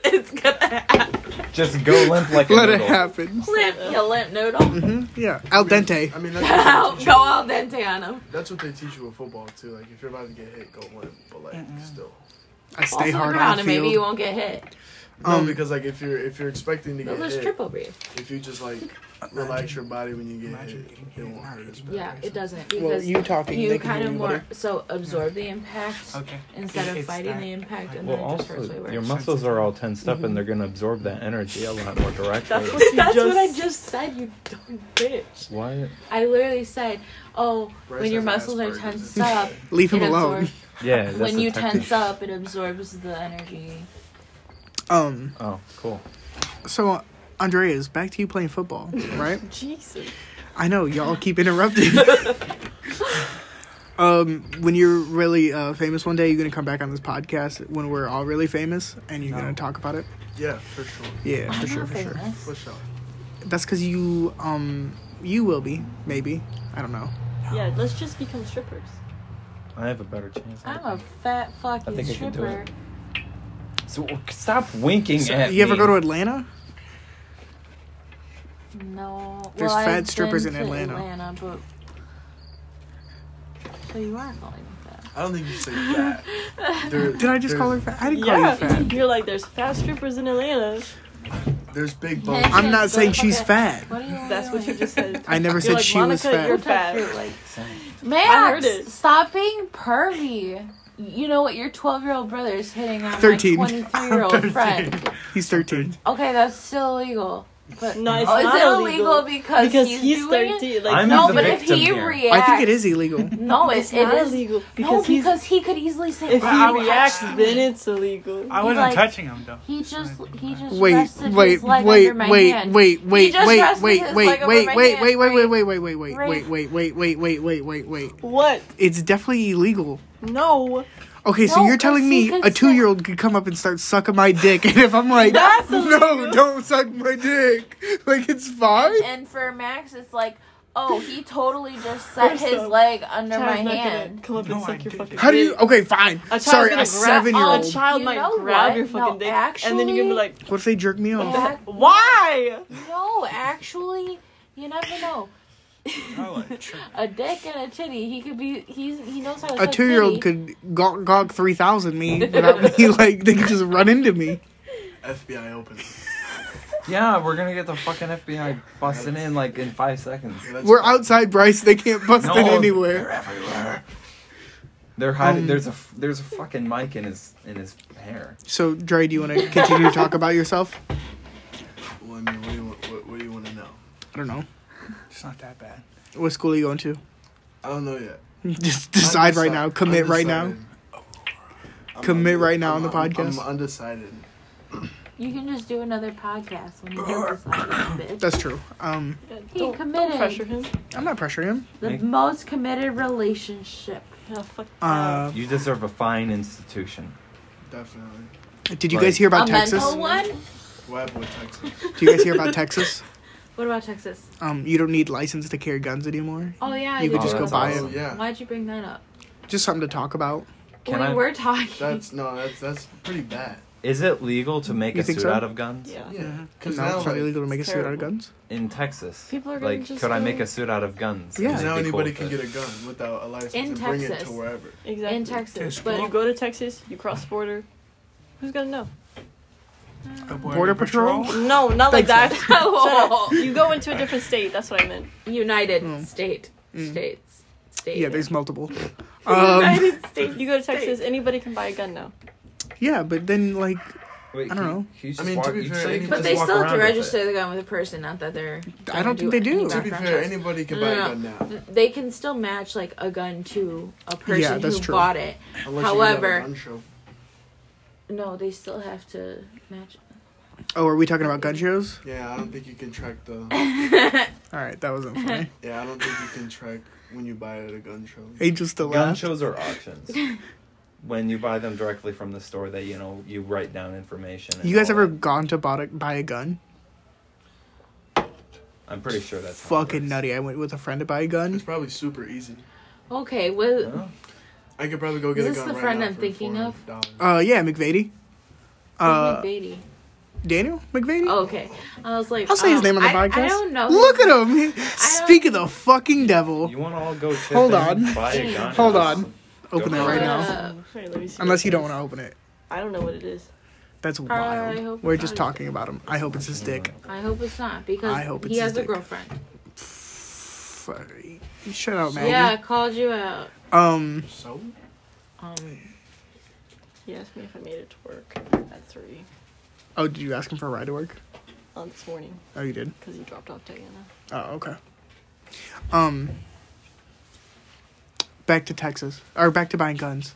Speaker 4: it's gonna happen.
Speaker 3: Just go limp like a
Speaker 2: Let it
Speaker 3: noodle.
Speaker 2: happen. Mm-hmm,
Speaker 4: Limp, you limp noodle.
Speaker 2: Yeah. Al Oh, dente.
Speaker 5: I mean,
Speaker 4: Go
Speaker 5: that's what, they teach you,
Speaker 4: al dente on him.
Speaker 5: that's what they teach you with football too. Like if you're about to get hit, go limp. But like still.
Speaker 2: I stay
Speaker 4: Also
Speaker 2: hard on
Speaker 4: ground
Speaker 2: the
Speaker 4: and maybe you
Speaker 2: field.
Speaker 4: won't get hit.
Speaker 2: Um,
Speaker 5: no, because like if you're if you're expecting to
Speaker 4: No,
Speaker 5: get
Speaker 4: there's
Speaker 5: hit,
Speaker 4: triple breathe.
Speaker 5: if you just like relax your body when you get
Speaker 6: Imagine
Speaker 5: hit,
Speaker 6: getting
Speaker 5: it
Speaker 6: hit
Speaker 5: won't
Speaker 6: now,
Speaker 5: hurt.
Speaker 6: it's
Speaker 5: as bad.
Speaker 4: Yeah, it doesn't because
Speaker 2: Well, you talking.
Speaker 4: you
Speaker 2: they can
Speaker 4: kind
Speaker 2: hear
Speaker 4: of
Speaker 2: you
Speaker 4: more
Speaker 2: better.
Speaker 4: so absorb the impact
Speaker 6: Okay.
Speaker 4: instead
Speaker 6: It-
Speaker 4: of
Speaker 6: it's
Speaker 4: fighting
Speaker 6: that-
Speaker 4: the impact and
Speaker 3: Well,
Speaker 4: then it just hurts way
Speaker 3: also,
Speaker 4: worse.
Speaker 3: your muscles are all tensed up and they're going to absorb that energy a lot more
Speaker 1: That's
Speaker 3: directly.
Speaker 1: what you
Speaker 4: That's what I
Speaker 1: just-
Speaker 4: just said, you dumb bitch.
Speaker 3: Why?
Speaker 4: I literally said, oh,
Speaker 5: Bryce
Speaker 4: when your
Speaker 5: has
Speaker 4: muscles are
Speaker 5: Asperger's.
Speaker 4: tensed up,
Speaker 2: Leave
Speaker 4: it
Speaker 2: him alone.
Speaker 4: absorbs,
Speaker 3: Yeah. That's
Speaker 4: when
Speaker 3: a
Speaker 4: you
Speaker 3: technique.
Speaker 4: tense up, it absorbs the energy.
Speaker 2: Um.
Speaker 3: Oh, cool.
Speaker 2: So, uh, Andreas, back to you playing football, right?
Speaker 1: Jesus.
Speaker 2: I know y'all keep interrupting. um, when you're really uh, famous one day, you're gonna come back on this podcast when we're all really famous, and you're
Speaker 6: No.
Speaker 2: gonna talk about it.
Speaker 5: Yeah, for sure.
Speaker 2: Yeah, for
Speaker 4: I'm
Speaker 2: sure,
Speaker 4: not
Speaker 2: for sure.
Speaker 4: famous.
Speaker 5: For sure.
Speaker 2: That's because you, um, you will be maybe. I don't know.
Speaker 1: Yeah, let's just become strippers.
Speaker 3: I have a better chance.
Speaker 4: I'm a fat fucking
Speaker 3: think I can do
Speaker 4: stripper.
Speaker 3: it. So stop winking at
Speaker 2: you ever
Speaker 3: me.
Speaker 2: go to Atlanta?
Speaker 4: No.
Speaker 2: There's
Speaker 4: well,
Speaker 2: fat
Speaker 4: I've
Speaker 2: strippers
Speaker 4: been
Speaker 2: in
Speaker 4: to
Speaker 2: Atlanta.
Speaker 4: Atlanta, but... So you are calling me fat.
Speaker 5: I don't think you say that. There-
Speaker 2: Did I just call her
Speaker 5: there's-
Speaker 2: fat? I didn't call
Speaker 1: Yeah,
Speaker 2: you fat.
Speaker 1: you're like there's fat strippers in Atlanta.
Speaker 5: There's big
Speaker 4: Yeah,
Speaker 5: bones.
Speaker 2: I'm not saying she's
Speaker 4: Okay.
Speaker 2: fat.
Speaker 4: What do you
Speaker 1: That's what you just said.
Speaker 2: I never
Speaker 1: You're
Speaker 2: said
Speaker 1: like,
Speaker 2: she was
Speaker 1: "Monica,
Speaker 2: fat.
Speaker 1: you're
Speaker 4: Fat.
Speaker 1: fat.
Speaker 4: Like,
Speaker 1: I heard
Speaker 4: Max,
Speaker 1: it.
Speaker 4: stop being pervy. You know what? Your 12 year old brother is hitting on
Speaker 2: 13.
Speaker 4: my 23 year old friend.
Speaker 2: He's 13.
Speaker 4: Okay, that's still illegal. But
Speaker 1: No, it's
Speaker 4: oh, is
Speaker 1: not
Speaker 4: it
Speaker 1: illegal,
Speaker 4: illegal because,
Speaker 1: because
Speaker 4: he's,
Speaker 1: he's,
Speaker 4: doing it?
Speaker 1: 13. Like,
Speaker 3: I'm
Speaker 4: no,
Speaker 3: the
Speaker 4: but if
Speaker 3: victim
Speaker 4: he
Speaker 3: here. I think
Speaker 4: reacts,
Speaker 2: I think it is illegal.
Speaker 4: no, it,
Speaker 1: it's
Speaker 4: it
Speaker 1: not
Speaker 4: is.
Speaker 1: illegal
Speaker 4: no,
Speaker 1: because he's.
Speaker 4: because he could easily say,
Speaker 1: If
Speaker 4: "Wow,
Speaker 1: he
Speaker 4: you
Speaker 1: reacts,
Speaker 4: touched me."
Speaker 1: then it's illegal.
Speaker 6: I
Speaker 4: He,
Speaker 6: wasn't
Speaker 4: like-
Speaker 6: touching him though.
Speaker 4: he just he just
Speaker 2: Wait,
Speaker 4: rested
Speaker 2: wait,
Speaker 4: his leg
Speaker 2: wait,
Speaker 4: under my
Speaker 2: wait,
Speaker 4: hand.
Speaker 2: wait,
Speaker 4: He
Speaker 2: wait,
Speaker 4: just
Speaker 2: wait,
Speaker 4: rested
Speaker 2: wait,
Speaker 4: his
Speaker 2: wait,
Speaker 4: leg over
Speaker 2: wait,
Speaker 4: my
Speaker 2: wait,
Speaker 4: hand,
Speaker 2: wait, wait,
Speaker 4: right?
Speaker 2: wait, wait, wait, wait, wait,
Speaker 4: Right.
Speaker 2: wait, wait, wait, wait, wait, wait, wait, wait.
Speaker 1: What?
Speaker 2: It's definitely illegal.
Speaker 1: No,
Speaker 2: Okay, so
Speaker 4: No,
Speaker 2: you're telling
Speaker 4: 'cause
Speaker 2: me
Speaker 4: he could
Speaker 2: a
Speaker 4: say-
Speaker 2: two-year-old could come up and start sucking my dick, and if I'm like,
Speaker 1: That's
Speaker 2: no,
Speaker 1: illegal."
Speaker 2: don't suck my dick, like it's fine.
Speaker 4: And for Max, it's like, oh, he totally just set
Speaker 1: First
Speaker 4: his
Speaker 1: off,
Speaker 4: leg under
Speaker 1: child's
Speaker 4: my
Speaker 1: not
Speaker 4: hand.
Speaker 1: gonna come up and
Speaker 6: No,
Speaker 1: suck
Speaker 6: I
Speaker 1: your
Speaker 6: didn't.
Speaker 1: fucking.
Speaker 2: How do you?
Speaker 1: dick.
Speaker 2: Okay, fine.
Speaker 1: A child's
Speaker 2: Sorry,
Speaker 1: gonna
Speaker 2: a
Speaker 1: grab-
Speaker 2: seven-year-old.
Speaker 1: A child
Speaker 4: You
Speaker 1: might
Speaker 4: know
Speaker 1: grab
Speaker 4: what?
Speaker 1: your fucking
Speaker 4: No,
Speaker 1: dick, and then you're gonna be like,
Speaker 2: What if they jerk me off?
Speaker 4: Back-
Speaker 1: why?
Speaker 4: No, actually, you never know.
Speaker 6: Oh, like, sure.
Speaker 4: A dick and a titty. He could be. He's. He knows how to.
Speaker 2: a
Speaker 4: suck
Speaker 2: two year old
Speaker 4: titty.
Speaker 2: could gawk gawk three thousand me without me like they could just run into me.
Speaker 5: FBI open.
Speaker 3: Yeah, we're gonna get the fucking FBI busting in like in five seconds.
Speaker 5: That's-
Speaker 2: We're outside Bryce, they can't bust it
Speaker 3: They're
Speaker 2: anywhere.
Speaker 3: everywhere. They're hiding.
Speaker 2: Um,
Speaker 3: there's a f- there's a fucking mic in his in his hair.
Speaker 2: So Dre, do you wanna continue to talk about yourself?
Speaker 5: Well, I mean, what do you want? What, what do you want to know?
Speaker 2: I don't know.
Speaker 6: it's not that bad.
Speaker 2: What school are you going to?
Speaker 5: I don't know yet.
Speaker 2: Just decide right
Speaker 5: Undeci-
Speaker 2: now. Commit right now.
Speaker 5: undecided. I'm
Speaker 2: Commit
Speaker 5: unde-
Speaker 2: right now on
Speaker 5: I'm-
Speaker 2: the
Speaker 5: I'm-
Speaker 2: podcast.
Speaker 5: I'm undecided.
Speaker 4: You can just do another podcast when you get this out, bitch.
Speaker 2: That's true. Um
Speaker 4: He
Speaker 1: don't,
Speaker 4: committed.
Speaker 1: Don't pressure him.
Speaker 2: I'm not pressuring him.
Speaker 4: The most committed relationship.
Speaker 1: Yeah, Oh, fuck.
Speaker 2: Uh
Speaker 3: You deserve a fine institution.
Speaker 5: Definitely.
Speaker 2: did you guys hear about
Speaker 4: a
Speaker 2: Texas?
Speaker 4: mental one.
Speaker 5: What happened with Texas?
Speaker 2: Do you guys hear about Texas?
Speaker 4: What about Texas?
Speaker 2: Um you don't need license to carry guns anymore.
Speaker 4: Oh yeah, I
Speaker 2: You could
Speaker 4: did
Speaker 2: just
Speaker 4: hear
Speaker 2: go
Speaker 4: about
Speaker 2: buy
Speaker 5: Oh
Speaker 2: it.
Speaker 4: that.
Speaker 5: yeah.
Speaker 4: Why'd you bring that up?
Speaker 2: Just something to talk about.
Speaker 3: Can
Speaker 4: we
Speaker 3: I-
Speaker 4: were talking.
Speaker 5: That's no. That's that's pretty bad.
Speaker 3: Is it legal to make
Speaker 2: You
Speaker 3: a
Speaker 2: think
Speaker 3: suit
Speaker 2: so?
Speaker 3: out of guns
Speaker 1: Yeah.
Speaker 4: Mm-hmm.
Speaker 5: Yeah.
Speaker 2: No,
Speaker 5: Because
Speaker 2: it's
Speaker 5: now,
Speaker 2: not
Speaker 5: like,
Speaker 2: illegal to make a
Speaker 1: it's
Speaker 2: suit out of
Speaker 1: terrible.
Speaker 2: guns.
Speaker 3: in Texas?
Speaker 1: People are gonna
Speaker 3: like,
Speaker 1: just
Speaker 3: could I
Speaker 1: go-
Speaker 3: make a suit out of guns?
Speaker 2: Yeah.
Speaker 3: Would it
Speaker 5: now
Speaker 3: be
Speaker 5: anybody
Speaker 3: cool if
Speaker 5: can get
Speaker 3: it-
Speaker 5: a gun without a license
Speaker 4: In
Speaker 5: and bring it
Speaker 4: Texas.
Speaker 5: to wherever.
Speaker 1: Exactly.
Speaker 4: in Texas,
Speaker 6: Just
Speaker 4: but
Speaker 1: You go to Texas, you cross border. Who's gonna know?
Speaker 6: The
Speaker 2: Border Patrol?
Speaker 1: No, not like that.
Speaker 2: Texas.
Speaker 1: Shut up. You go into a different state. That's what I meant.
Speaker 4: United
Speaker 2: Mm.
Speaker 4: State
Speaker 2: Mm.
Speaker 4: States State.
Speaker 2: Yeah, there's multiple. Um,
Speaker 4: United States.
Speaker 1: You go to Texas, anybody can buy a gun now.
Speaker 2: Yeah, but then like
Speaker 3: Wait,
Speaker 2: I don't
Speaker 3: can-
Speaker 2: know.
Speaker 3: can you just
Speaker 5: I mean, to
Speaker 3: walk-
Speaker 5: be
Speaker 3: you
Speaker 5: fair,
Speaker 3: say you
Speaker 5: any-
Speaker 3: can
Speaker 4: But
Speaker 3: just
Speaker 4: they
Speaker 3: walk
Speaker 4: still have to
Speaker 3: around with it.
Speaker 4: register the gun with a person, not that they're.
Speaker 2: I don't
Speaker 4: gonna
Speaker 2: think they
Speaker 4: any
Speaker 2: do.
Speaker 5: To be
Speaker 4: background
Speaker 5: fair,
Speaker 4: checks.
Speaker 5: anybody can
Speaker 4: No,
Speaker 5: buy a
Speaker 4: no,
Speaker 5: gun now.
Speaker 4: They can still match like a gun to a person
Speaker 2: Yeah, that's
Speaker 4: who
Speaker 2: true.
Speaker 4: bought it.
Speaker 5: Unless you
Speaker 4: However-
Speaker 5: have a gun show.
Speaker 4: No, they still have to match.
Speaker 2: Oh, are we talking about gun shows?
Speaker 5: Yeah, I don't think you can track the.
Speaker 2: All right, that wasn't funny.
Speaker 5: Yeah, I don't think you can track when you buy it at a gun show.
Speaker 2: Angel still
Speaker 3: Gun
Speaker 2: laughed.
Speaker 3: shows are auctions. when you buy them directly from the store, they you know you write down information. and
Speaker 2: You guys
Speaker 3: all
Speaker 2: ever
Speaker 3: that.
Speaker 2: gone to bought a, buy a gun?
Speaker 3: I'm pretty sure that's how it
Speaker 2: Fucking
Speaker 3: works.
Speaker 2: nutty. I went with a friend to buy a gun.
Speaker 5: It's probably super easy.
Speaker 4: okay, well,
Speaker 3: Huh?
Speaker 5: I could probably go
Speaker 4: Is
Speaker 5: get
Speaker 4: this
Speaker 5: a gun
Speaker 4: the
Speaker 5: right
Speaker 4: friend
Speaker 5: now
Speaker 4: I'm
Speaker 5: for
Speaker 4: thinking of?
Speaker 5: $400.
Speaker 2: Uh, yeah, McVady. Uh,
Speaker 4: Beatty.
Speaker 2: Daniel McVady.
Speaker 4: Oh, okay, I was like,
Speaker 2: I'll say his
Speaker 4: um,
Speaker 2: name on the
Speaker 4: I-
Speaker 2: podcast.
Speaker 4: I don't know.
Speaker 2: Look at him. Speak of the fucking devil.
Speaker 3: You want to all go? Chip
Speaker 2: Hold
Speaker 3: in,
Speaker 2: on.
Speaker 3: Buy a gun.
Speaker 2: Hold
Speaker 3: Just-
Speaker 2: on. Open
Speaker 3: Go
Speaker 2: that right
Speaker 4: for it.
Speaker 2: now.
Speaker 4: Uh,
Speaker 1: Wait, Oh, let me see
Speaker 2: Unless
Speaker 1: what
Speaker 2: you
Speaker 1: it
Speaker 2: don't
Speaker 1: is.
Speaker 2: want to open it.
Speaker 1: I don't know what it is.
Speaker 2: That's
Speaker 4: I
Speaker 2: wild.
Speaker 4: hope
Speaker 2: We're
Speaker 4: it's
Speaker 2: just
Speaker 4: not.
Speaker 2: talking about him. I hope it's his dick.
Speaker 4: I hope it's not because
Speaker 2: I hope
Speaker 4: he
Speaker 2: it's
Speaker 4: has
Speaker 2: his
Speaker 4: a
Speaker 2: dick.
Speaker 4: girlfriend.
Speaker 2: Sorry. Shut up, Maggie.
Speaker 4: Yeah, I called you out.
Speaker 2: Um.
Speaker 5: So?
Speaker 4: Um,
Speaker 1: He asked me if I made it to work at three
Speaker 2: Oh, did you ask him for a ride to work?
Speaker 1: on this morning
Speaker 2: Oh, you did.
Speaker 1: because he dropped off Diana.
Speaker 2: Oh, okay. Um, back to Texas or back to buying guns.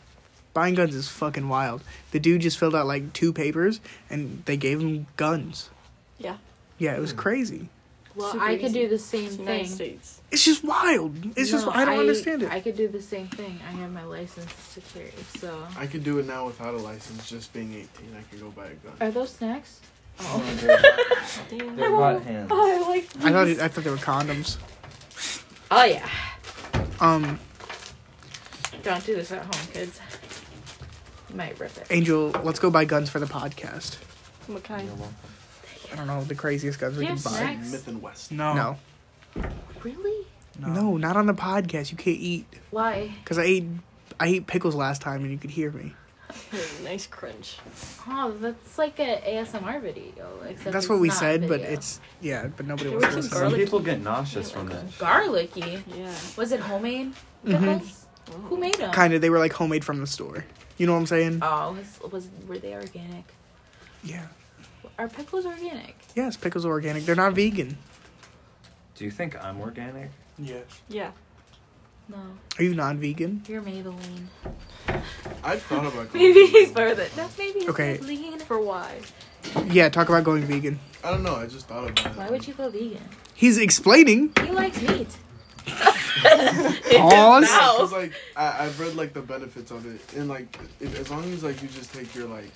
Speaker 2: Buying guns is fucking wild. The dude just filled out like two papers and they gave him guns.
Speaker 1: Yeah.
Speaker 2: Yeah, it was crazy.
Speaker 4: well,
Speaker 1: Super
Speaker 4: I could
Speaker 1: easy.
Speaker 4: do the same
Speaker 1: It's
Speaker 4: thing.
Speaker 1: United States.
Speaker 2: It's just wild. It's just
Speaker 4: No,
Speaker 2: I don't understand it.
Speaker 4: I could do the same thing. I have my license to carry. So,
Speaker 5: I could do it now without a license, just being 18. I could go buy a gun.
Speaker 4: are those snacks?
Speaker 1: Damn.
Speaker 3: They're hot hands.
Speaker 4: Oh, I like.
Speaker 2: I thought it, I thought they were condoms.
Speaker 4: Oh yeah,
Speaker 2: Um,
Speaker 4: don't do this at home, kids. You might rip it.
Speaker 2: Angel, let's go buy guns for the podcast.
Speaker 1: What kind?
Speaker 2: I don't know the craziest guns we
Speaker 4: Yeah,
Speaker 2: can buy.
Speaker 4: snack.
Speaker 5: Like Myth and West.
Speaker 6: No.
Speaker 2: No,
Speaker 4: Really?
Speaker 2: no, not on the podcast. You can't eat
Speaker 4: Why?
Speaker 2: because I ate I ate pickles last time and you could hear me.
Speaker 1: Hey, nice crunch.
Speaker 4: Oh, that's like an ASMR video. Except
Speaker 2: That's
Speaker 4: it's
Speaker 2: what we
Speaker 4: not
Speaker 2: said, but
Speaker 4: video.
Speaker 2: it's yeah, but nobody
Speaker 1: There
Speaker 2: wants
Speaker 1: was
Speaker 2: to
Speaker 1: some
Speaker 2: listen.
Speaker 1: garlic.
Speaker 3: Some people get nauseous from that.
Speaker 4: garlicky.
Speaker 1: Yeah.
Speaker 4: Was it homemade
Speaker 2: Mhm.
Speaker 4: pickles? Who made them?
Speaker 2: Kind of, they
Speaker 4: Uh,
Speaker 2: were like homemade from the store. You know what I'm saying?
Speaker 4: Oh, was, was were they organic?
Speaker 2: Yeah.
Speaker 4: Are pickles organic?
Speaker 2: Yes, pickles are organic. They're not vegan.
Speaker 3: Do you think I'm organic?
Speaker 6: Yes.
Speaker 1: Yeah.
Speaker 4: No,
Speaker 2: Are you non-vegan?
Speaker 4: you're Maybelline.
Speaker 5: I've thought about going
Speaker 4: Maybe he's
Speaker 5: vegan.
Speaker 4: worth it. That's maybe he's
Speaker 2: Okay.
Speaker 4: lean.
Speaker 1: For why?
Speaker 2: Yeah, talk about going vegan.
Speaker 5: I don't know. I just thought about it.
Speaker 4: Why would you go vegan?
Speaker 2: He's explaining.
Speaker 4: He likes meat.
Speaker 2: Pause.
Speaker 1: mouth.
Speaker 5: Because like I, I've read like the benefits of it, and like if, as long as like you just take your like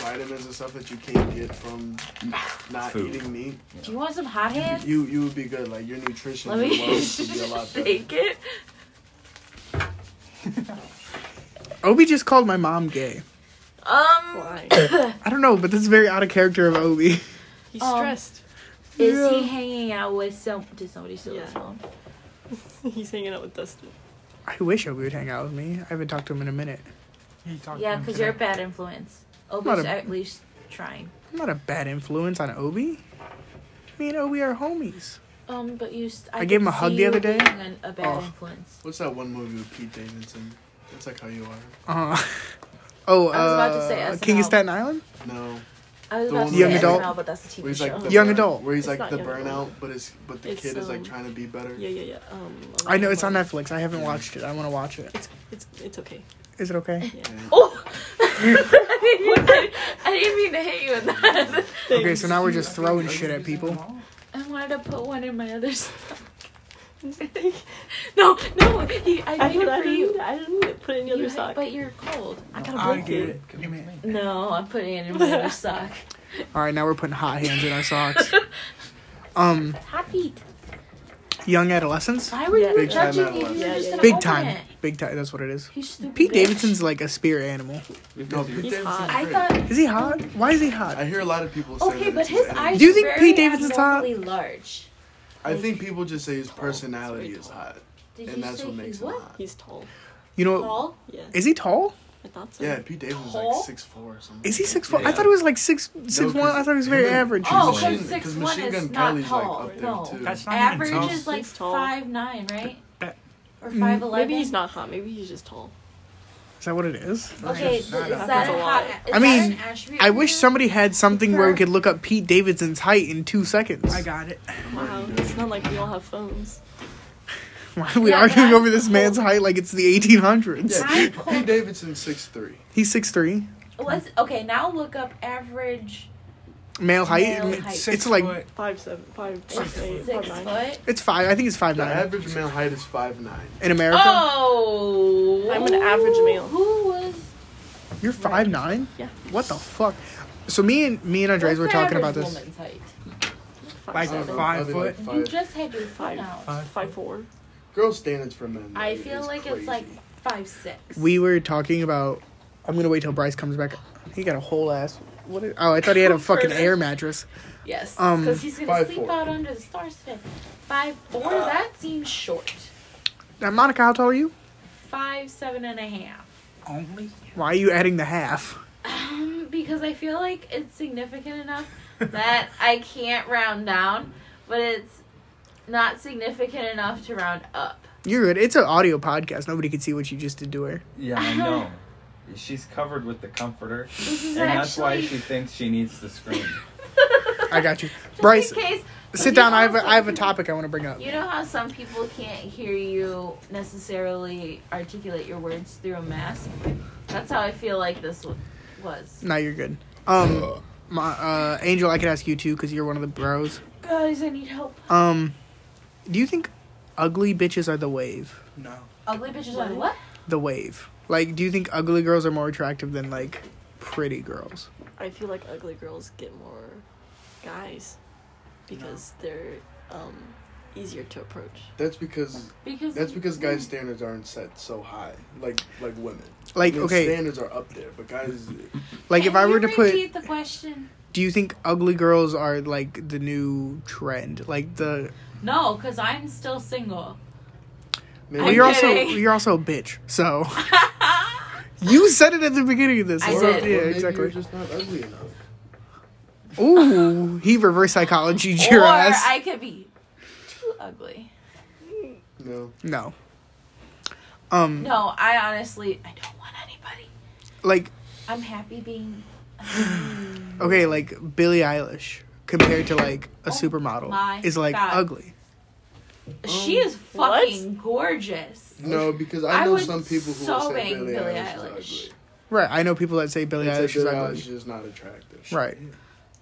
Speaker 5: vitamins and stuff that you can't get from not
Speaker 3: Food.
Speaker 5: eating meat,
Speaker 4: Do you want some hot hands?
Speaker 5: you you would be good. Like your nutrition
Speaker 4: Let
Speaker 5: would
Speaker 4: me
Speaker 5: be a lot better.
Speaker 4: shake it.
Speaker 2: Obi just called my mom gay.
Speaker 4: Um,
Speaker 1: Why?
Speaker 2: I don't know, but this is very out of character of Obi.
Speaker 1: He's
Speaker 4: Um,
Speaker 1: stressed.
Speaker 4: is
Speaker 2: Yeah.
Speaker 4: he hanging out with some? Did somebody steal his
Speaker 1: Yeah.
Speaker 4: phone?
Speaker 1: He's hanging out with Dustin.
Speaker 2: I wish Obi would hang out with me. I haven't talked to him in a minute.
Speaker 6: He talked
Speaker 4: Yeah,
Speaker 6: to him
Speaker 4: because
Speaker 6: today.
Speaker 4: you're a bad influence.
Speaker 2: Not
Speaker 4: Obi's
Speaker 2: a-
Speaker 4: at least trying.
Speaker 2: I'm not a bad influence on Obi. Me and Obi are homies.
Speaker 4: Um, but you. St-
Speaker 2: I gave him
Speaker 4: could
Speaker 2: a hug
Speaker 4: see
Speaker 2: the
Speaker 4: you
Speaker 2: other day.
Speaker 4: being an- A, bad
Speaker 2: Oh.
Speaker 4: influence.
Speaker 5: What's that one movie with Pete Davidson? It's like how you are.
Speaker 2: Uh, oh,
Speaker 4: I was about to
Speaker 2: uh,
Speaker 4: say SNL.
Speaker 2: King of Staten Island?
Speaker 4: I
Speaker 5: No,
Speaker 4: was
Speaker 5: The
Speaker 4: about
Speaker 5: one
Speaker 4: to
Speaker 5: with-
Speaker 4: say
Speaker 2: Young adult.
Speaker 4: SNL, but that's a TV
Speaker 5: where he's
Speaker 4: show.
Speaker 5: like the
Speaker 2: Young
Speaker 5: burn-
Speaker 2: adult.
Speaker 5: where he's
Speaker 1: It's
Speaker 5: like
Speaker 1: not
Speaker 5: the
Speaker 1: young
Speaker 5: burnout,
Speaker 1: adult.
Speaker 5: but it's but the
Speaker 1: It's,
Speaker 5: kid is like
Speaker 1: um,
Speaker 5: trying to be better.
Speaker 1: Yeah, yeah, yeah. Um,
Speaker 2: I know it's on Netflix. I haven't watched it. I want to watch it.
Speaker 1: It's it's it's okay.
Speaker 2: Is it okay?
Speaker 5: And
Speaker 4: Oh! I, didn't mean, I didn't mean to hit you in that.
Speaker 2: Okay,
Speaker 1: Thanks.
Speaker 2: so now we're just throwing
Speaker 6: Are you
Speaker 2: shit at
Speaker 6: using
Speaker 2: people.
Speaker 6: them all?
Speaker 4: I wanted to put one in my other sock. no, no, he, I,
Speaker 1: I don't, I
Speaker 4: made it for
Speaker 1: don't need
Speaker 4: you.
Speaker 1: it. I don't need it. Put it in the
Speaker 4: You
Speaker 1: other
Speaker 4: ha-
Speaker 1: sock.
Speaker 4: But you're cold. I gotta
Speaker 6: I
Speaker 4: break
Speaker 6: get
Speaker 4: it.
Speaker 6: it. Give me it.
Speaker 4: No, I'm putting it in my other sock.
Speaker 2: All right, now we're putting hot hands in our socks. Um,
Speaker 4: Hot feet.
Speaker 2: young adolescents,
Speaker 4: Why were you
Speaker 1: Big
Speaker 5: time
Speaker 4: judging me? You were
Speaker 1: analyst.
Speaker 4: just gonna
Speaker 2: big
Speaker 4: open
Speaker 2: time,
Speaker 4: it.
Speaker 2: big time. That's what it is.
Speaker 4: You stupid
Speaker 2: Pete
Speaker 4: bitch.
Speaker 2: Davidson's like a spear animal.
Speaker 5: no, Pete
Speaker 1: He's
Speaker 5: Davidson's
Speaker 1: hot.
Speaker 4: I
Speaker 5: great.
Speaker 4: thought.
Speaker 2: Is he hot? Why is he
Speaker 5: I
Speaker 2: hot?
Speaker 5: hear a lot of people say
Speaker 4: Okay,
Speaker 5: that
Speaker 4: but
Speaker 5: it's
Speaker 4: his
Speaker 5: his
Speaker 4: eyes.
Speaker 2: Do you think
Speaker 4: are
Speaker 2: Pete
Speaker 4: very
Speaker 2: Davidson's hot?
Speaker 4: abnormally large.
Speaker 5: I think people just say his personality
Speaker 1: He's
Speaker 5: is hot,
Speaker 4: Oh, Did
Speaker 5: and
Speaker 4: you
Speaker 5: that's
Speaker 4: say
Speaker 5: what
Speaker 4: he
Speaker 5: makes him
Speaker 4: what?
Speaker 5: hot.
Speaker 1: He's tall.
Speaker 2: You
Speaker 1: Oh,
Speaker 2: know,
Speaker 4: Tall?
Speaker 1: Yeah,
Speaker 2: is he tall?
Speaker 1: I thought so.
Speaker 5: Yeah, Pete Davidson's
Speaker 4: Tall?
Speaker 5: like six four or something.
Speaker 2: Is he six foot? I
Speaker 3: Yeah.
Speaker 2: thought he was like six six
Speaker 5: 'cause
Speaker 2: one. I thought he was very
Speaker 5: him and-
Speaker 2: average.
Speaker 4: Oh,
Speaker 5: Machine-
Speaker 4: because six
Speaker 5: 'cause
Speaker 4: one
Speaker 5: Machine Gun
Speaker 4: is not
Speaker 5: Kelly's, like,
Speaker 4: tall.
Speaker 5: up there,
Speaker 4: no,
Speaker 5: too.
Speaker 6: That's not
Speaker 4: average
Speaker 6: even tall.
Speaker 4: is like
Speaker 1: He's tall.
Speaker 4: five nine, right?
Speaker 6: That-
Speaker 4: Or
Speaker 5: Mm-hmm.
Speaker 4: five eleven.
Speaker 1: Maybe he's not hot. Maybe he's just tall.
Speaker 2: Is that what it is?
Speaker 4: Okay,
Speaker 6: It's
Speaker 4: is
Speaker 6: not a-
Speaker 4: that
Speaker 1: a
Speaker 4: a
Speaker 1: lot.
Speaker 4: hot? Is
Speaker 2: I mean,
Speaker 4: that an attribute
Speaker 2: I
Speaker 4: of
Speaker 2: wish
Speaker 4: you?
Speaker 2: somebody had something where we
Speaker 4: Sure.
Speaker 2: could look up Pete Davidson's height in two seconds.
Speaker 6: I got it.
Speaker 1: Wow, it's not like we all have phones.
Speaker 2: Why are we
Speaker 4: Yeah, but
Speaker 2: arguing
Speaker 4: I'm
Speaker 2: over this man's height like it's the 1800s?
Speaker 5: Yeah,
Speaker 4: I
Speaker 5: Pete,
Speaker 4: call-
Speaker 5: Pete Davidson's six three.
Speaker 2: He's 6'3.
Speaker 4: Let's okay. Now look up average
Speaker 2: Male height.
Speaker 4: Male
Speaker 2: m-
Speaker 4: height.
Speaker 2: It's,
Speaker 6: Six
Speaker 2: like,
Speaker 6: foot.
Speaker 1: Five seven, five
Speaker 4: is
Speaker 1: six, eight,
Speaker 4: six
Speaker 1: five nine.
Speaker 4: foot.
Speaker 2: it's five. I think it's five
Speaker 5: The
Speaker 2: nine
Speaker 5: average male height is five nine.
Speaker 2: in America.
Speaker 4: Oh,
Speaker 1: I'm an average male.
Speaker 4: Who was?
Speaker 2: You're five nine.
Speaker 1: Yeah.
Speaker 2: What the fuck? So me and me and Andres
Speaker 4: what's
Speaker 2: were
Speaker 4: the
Speaker 2: talking about
Speaker 4: average
Speaker 2: this.
Speaker 4: Woman's height?
Speaker 1: Five
Speaker 6: Like
Speaker 1: seven,
Speaker 6: five
Speaker 5: I'd be like
Speaker 6: foot?
Speaker 4: You
Speaker 5: five.
Speaker 4: just had your
Speaker 1: Five.
Speaker 4: phone out.
Speaker 1: five four.
Speaker 5: Girl standards for men.
Speaker 4: I
Speaker 5: like,
Speaker 4: feel
Speaker 5: is
Speaker 4: like
Speaker 5: crazy.
Speaker 4: it's like five six.
Speaker 2: We were talking about. I'm gonna wait till Bryce comes back. He got a whole ass. What? Is, oh, I thought he had a fucking air mattress.
Speaker 4: yes,
Speaker 2: um,
Speaker 4: because he's gonna
Speaker 5: five
Speaker 4: sleep
Speaker 5: four.
Speaker 4: out under the stars today. Five four. that seems short.
Speaker 2: Now, Monica, how tall are you?
Speaker 4: Five seven and a half.
Speaker 6: Only.
Speaker 2: Why are you adding the half?
Speaker 4: Um, because I feel like it's significant enough that I can't round down, but it's not significant enough to round up.
Speaker 2: You're good. It's an audio podcast. Nobody can see what you just did to her.
Speaker 3: Yeah, I know. She's covered with the comforter,
Speaker 4: This is
Speaker 3: and that's why
Speaker 4: actually-
Speaker 3: she thinks she needs to scream.
Speaker 2: I got you,
Speaker 4: Just
Speaker 2: Bryce.
Speaker 4: in case,
Speaker 2: Sit
Speaker 4: you
Speaker 2: down.
Speaker 4: know
Speaker 2: I have
Speaker 4: how
Speaker 2: a, I have a
Speaker 4: some-
Speaker 2: topic I want to bring up.
Speaker 4: You know how some people can't hear you necessarily articulate your words through a mask? That's how I feel like this w- was.
Speaker 2: No, you're good. Um, my uh, Angel, I could ask you too because you're one of the bros.
Speaker 4: Guys, I need help.
Speaker 2: Um, do you think ugly bitches are the wave?
Speaker 6: No.
Speaker 4: Ugly bitches are what?
Speaker 2: The wave. Like, do you think ugly girls are more attractive than like pretty girls?
Speaker 1: I feel like ugly girls get more guys because they're um, easier to approach.
Speaker 5: that's because
Speaker 4: Because
Speaker 5: that's because guys' standards aren't set so high, like like women.
Speaker 2: Like,
Speaker 5: Women's
Speaker 2: okay,
Speaker 5: standards are up there, but guys,
Speaker 2: like if
Speaker 4: Can
Speaker 2: I were
Speaker 4: you
Speaker 2: to put,
Speaker 4: repeat the question.
Speaker 2: do you think ugly girls are like the new trend? Like the
Speaker 4: No, because I'm still single.
Speaker 5: maybe
Speaker 2: well, you're also
Speaker 4: kidding.
Speaker 2: you're also a bitch. So you said it at the beginning of this.
Speaker 4: I
Speaker 2: so-
Speaker 4: did.
Speaker 2: Yeah,
Speaker 5: maybe
Speaker 2: exactly.
Speaker 5: You're just not ugly enough.
Speaker 2: Ooh, he reverse psychology your
Speaker 4: or
Speaker 2: ass.
Speaker 4: I could be too ugly.
Speaker 5: No,
Speaker 2: no. Um,
Speaker 4: No, I honestly I don't want anybody.
Speaker 2: like
Speaker 4: I'm happy being
Speaker 2: Okay, like Billie Eilish compared to like a
Speaker 4: Oh my
Speaker 2: supermodel is like
Speaker 4: God.
Speaker 2: ugly.
Speaker 4: she is
Speaker 1: What?
Speaker 4: fucking gorgeous.
Speaker 5: No, because
Speaker 4: I
Speaker 5: I know
Speaker 4: would
Speaker 5: some people who
Speaker 4: so
Speaker 5: will say
Speaker 4: bang
Speaker 5: Billie
Speaker 4: Billie
Speaker 5: Eilish is
Speaker 4: Eilish.
Speaker 5: ugly.
Speaker 2: Right. I know people that say Billie
Speaker 5: They
Speaker 2: Eilish
Speaker 5: say
Speaker 2: is
Speaker 5: Billie
Speaker 2: ugly.
Speaker 5: Eilish is not attractive.
Speaker 2: Right.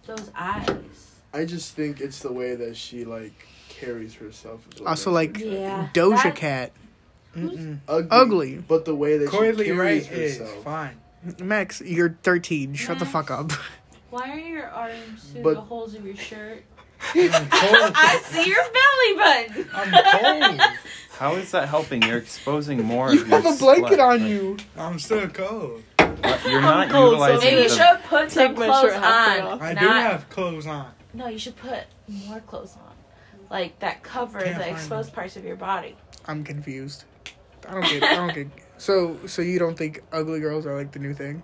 Speaker 4: Those eyes.
Speaker 5: I just think it's the way that she like carries herself. Is what
Speaker 2: Also, Uh, like
Speaker 5: makes her attractive.
Speaker 4: Yeah.
Speaker 2: Doja
Speaker 4: That-
Speaker 2: Cat,
Speaker 5: ugly,
Speaker 2: Ugly.
Speaker 5: but the way that she
Speaker 6: Coily
Speaker 5: carries
Speaker 6: Ray is
Speaker 5: herself.
Speaker 6: fine.
Speaker 2: Max, you're 13. Shut the
Speaker 4: Max.
Speaker 2: fuck up.
Speaker 4: Why are your arms through
Speaker 5: But-
Speaker 4: the holes of your shirt?
Speaker 6: I'm cold.
Speaker 4: I see your belly button.
Speaker 6: Oh. I'm cold.
Speaker 3: How is that helping? You're exposing more.
Speaker 2: You
Speaker 3: of your
Speaker 2: have a blanket
Speaker 3: sweat.
Speaker 2: on
Speaker 3: Like,
Speaker 2: you.
Speaker 6: I'm still cold.
Speaker 3: what- You're not
Speaker 1: I'm cold, so
Speaker 3: utilizing.
Speaker 4: Maybe you
Speaker 3: the-
Speaker 4: should put some
Speaker 1: Take my shirt
Speaker 4: clothes
Speaker 1: halfway
Speaker 4: on.
Speaker 1: off.
Speaker 6: I do
Speaker 4: not-
Speaker 6: have clothes on.
Speaker 4: No, you should put more clothes on. Like that cover
Speaker 6: Can't
Speaker 4: the
Speaker 6: find
Speaker 4: exposed parts of your body.
Speaker 2: I'm confused. I don't get. I don't get. So, so you don't think ugly girls are like the new thing?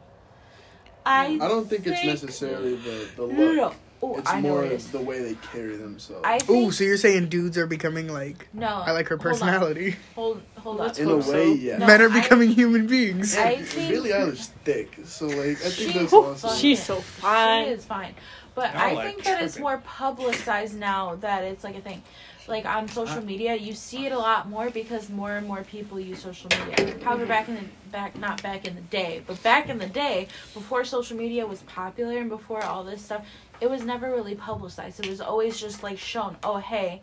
Speaker 4: I
Speaker 5: I don't think it's
Speaker 4: Think-
Speaker 5: necessarily the the look.
Speaker 4: no, no, no. Oh,
Speaker 5: It's
Speaker 4: I know
Speaker 5: more
Speaker 4: it is.
Speaker 5: the way they carry themselves.
Speaker 4: I think
Speaker 2: Ooh, so you're saying dudes are becoming like?
Speaker 4: no.
Speaker 2: I like her
Speaker 4: hold on,
Speaker 2: personality.
Speaker 4: Hold hold on.
Speaker 1: Let's
Speaker 5: In a
Speaker 1: hope
Speaker 5: way,
Speaker 1: so.
Speaker 5: yeah.
Speaker 4: No,
Speaker 2: Men are
Speaker 4: I-
Speaker 2: becoming human beings.
Speaker 4: I
Speaker 5: Really,
Speaker 4: think
Speaker 5: Billie Eilish thick, so like I think
Speaker 4: She-
Speaker 5: that's
Speaker 4: Whew,
Speaker 5: awesome.
Speaker 4: she-
Speaker 1: She's so
Speaker 4: She
Speaker 1: fine.
Speaker 4: is fine. But
Speaker 6: Y'all
Speaker 4: I
Speaker 6: like
Speaker 4: think that it's
Speaker 6: tripping.
Speaker 4: more publicized now that it's like a thing. Like
Speaker 2: Uh,
Speaker 4: on social media, you see it a lot more because more and more people use social media. However, back in the back, not back in the day, but back in the day, before social media was popular and before all this stuff, it was never really publicized. It was always just like shown. Oh, hey,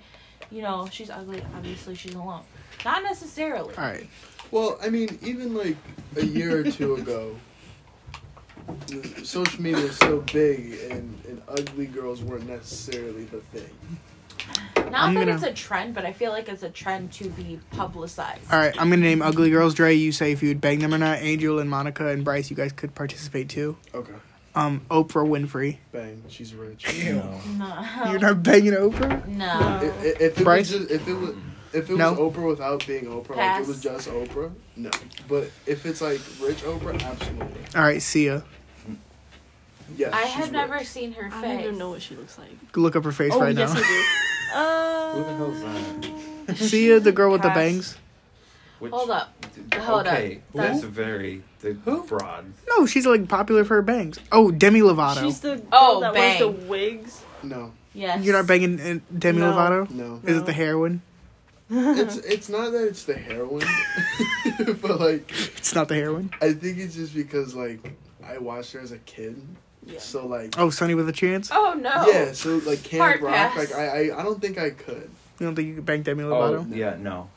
Speaker 4: you know she's ugly. Obviously, she's alone. Not necessarily.
Speaker 2: All right.
Speaker 5: Well, I mean, even like a year or two ago, the social media was so big, and, and ugly girls weren't necessarily the thing.
Speaker 4: Not
Speaker 2: I'm
Speaker 4: that
Speaker 2: gonna-
Speaker 4: it's a trend, but I feel like it's a trend to be publicized.
Speaker 2: All right. I'm gonna name ugly girls. Dre, you say if you would bang them or not. Angel and Monica and Bryce, you guys could participate too.
Speaker 5: Okay,
Speaker 2: Um, Oprah Winfrey.
Speaker 5: bang, she's rich.
Speaker 6: Ew.
Speaker 4: No.
Speaker 2: You're not banging Oprah.
Speaker 4: no.
Speaker 5: I- I- If, it
Speaker 2: Bryce?
Speaker 5: was just, if it was if it was
Speaker 2: No.
Speaker 5: Oprah without being Oprah, like
Speaker 4: Pass.
Speaker 5: it was just Oprah, no. But if it's like rich Oprah, absolutely.
Speaker 2: All right, Sia.
Speaker 5: Yes,
Speaker 4: I
Speaker 5: she's
Speaker 4: have never
Speaker 5: rich.
Speaker 4: seen her face.
Speaker 1: I don't even know what she looks like.
Speaker 2: Look up her face
Speaker 1: oh
Speaker 2: right
Speaker 1: yes,
Speaker 2: now.
Speaker 1: I
Speaker 3: Who
Speaker 1: do.
Speaker 3: the
Speaker 1: Uh,
Speaker 3: hell's that?
Speaker 2: Sia, the girl with the
Speaker 4: Pass.
Speaker 2: bangs.
Speaker 3: Which-
Speaker 4: Hold up.
Speaker 3: d-
Speaker 4: Hold up.
Speaker 3: okay, that's very the
Speaker 6: Who?
Speaker 3: broad.
Speaker 2: No, she's like popular for her bangs. Oh, Demi Lovato.
Speaker 1: she's the girl
Speaker 4: Oh,
Speaker 1: that wears
Speaker 4: bang.
Speaker 1: the wigs.
Speaker 5: No,
Speaker 4: Yes.
Speaker 2: You're not banging uh, Demi
Speaker 1: No.
Speaker 2: Lovato?
Speaker 5: no.
Speaker 2: Is it the heroin?
Speaker 5: It's it's not that it's the heroin, but like
Speaker 2: It's not the heroin.
Speaker 5: I think it's just because like I watched her as a kid,
Speaker 1: Yeah.
Speaker 5: so like
Speaker 2: Oh, Sunny with a Chance.
Speaker 4: Oh no.
Speaker 5: yeah, so like Camp
Speaker 4: Hard
Speaker 5: Rock,
Speaker 4: pass.
Speaker 5: like I, I I don't think I could.
Speaker 2: You don't think you could bang Demi
Speaker 3: Oh
Speaker 2: Lovato?
Speaker 3: yeah, no,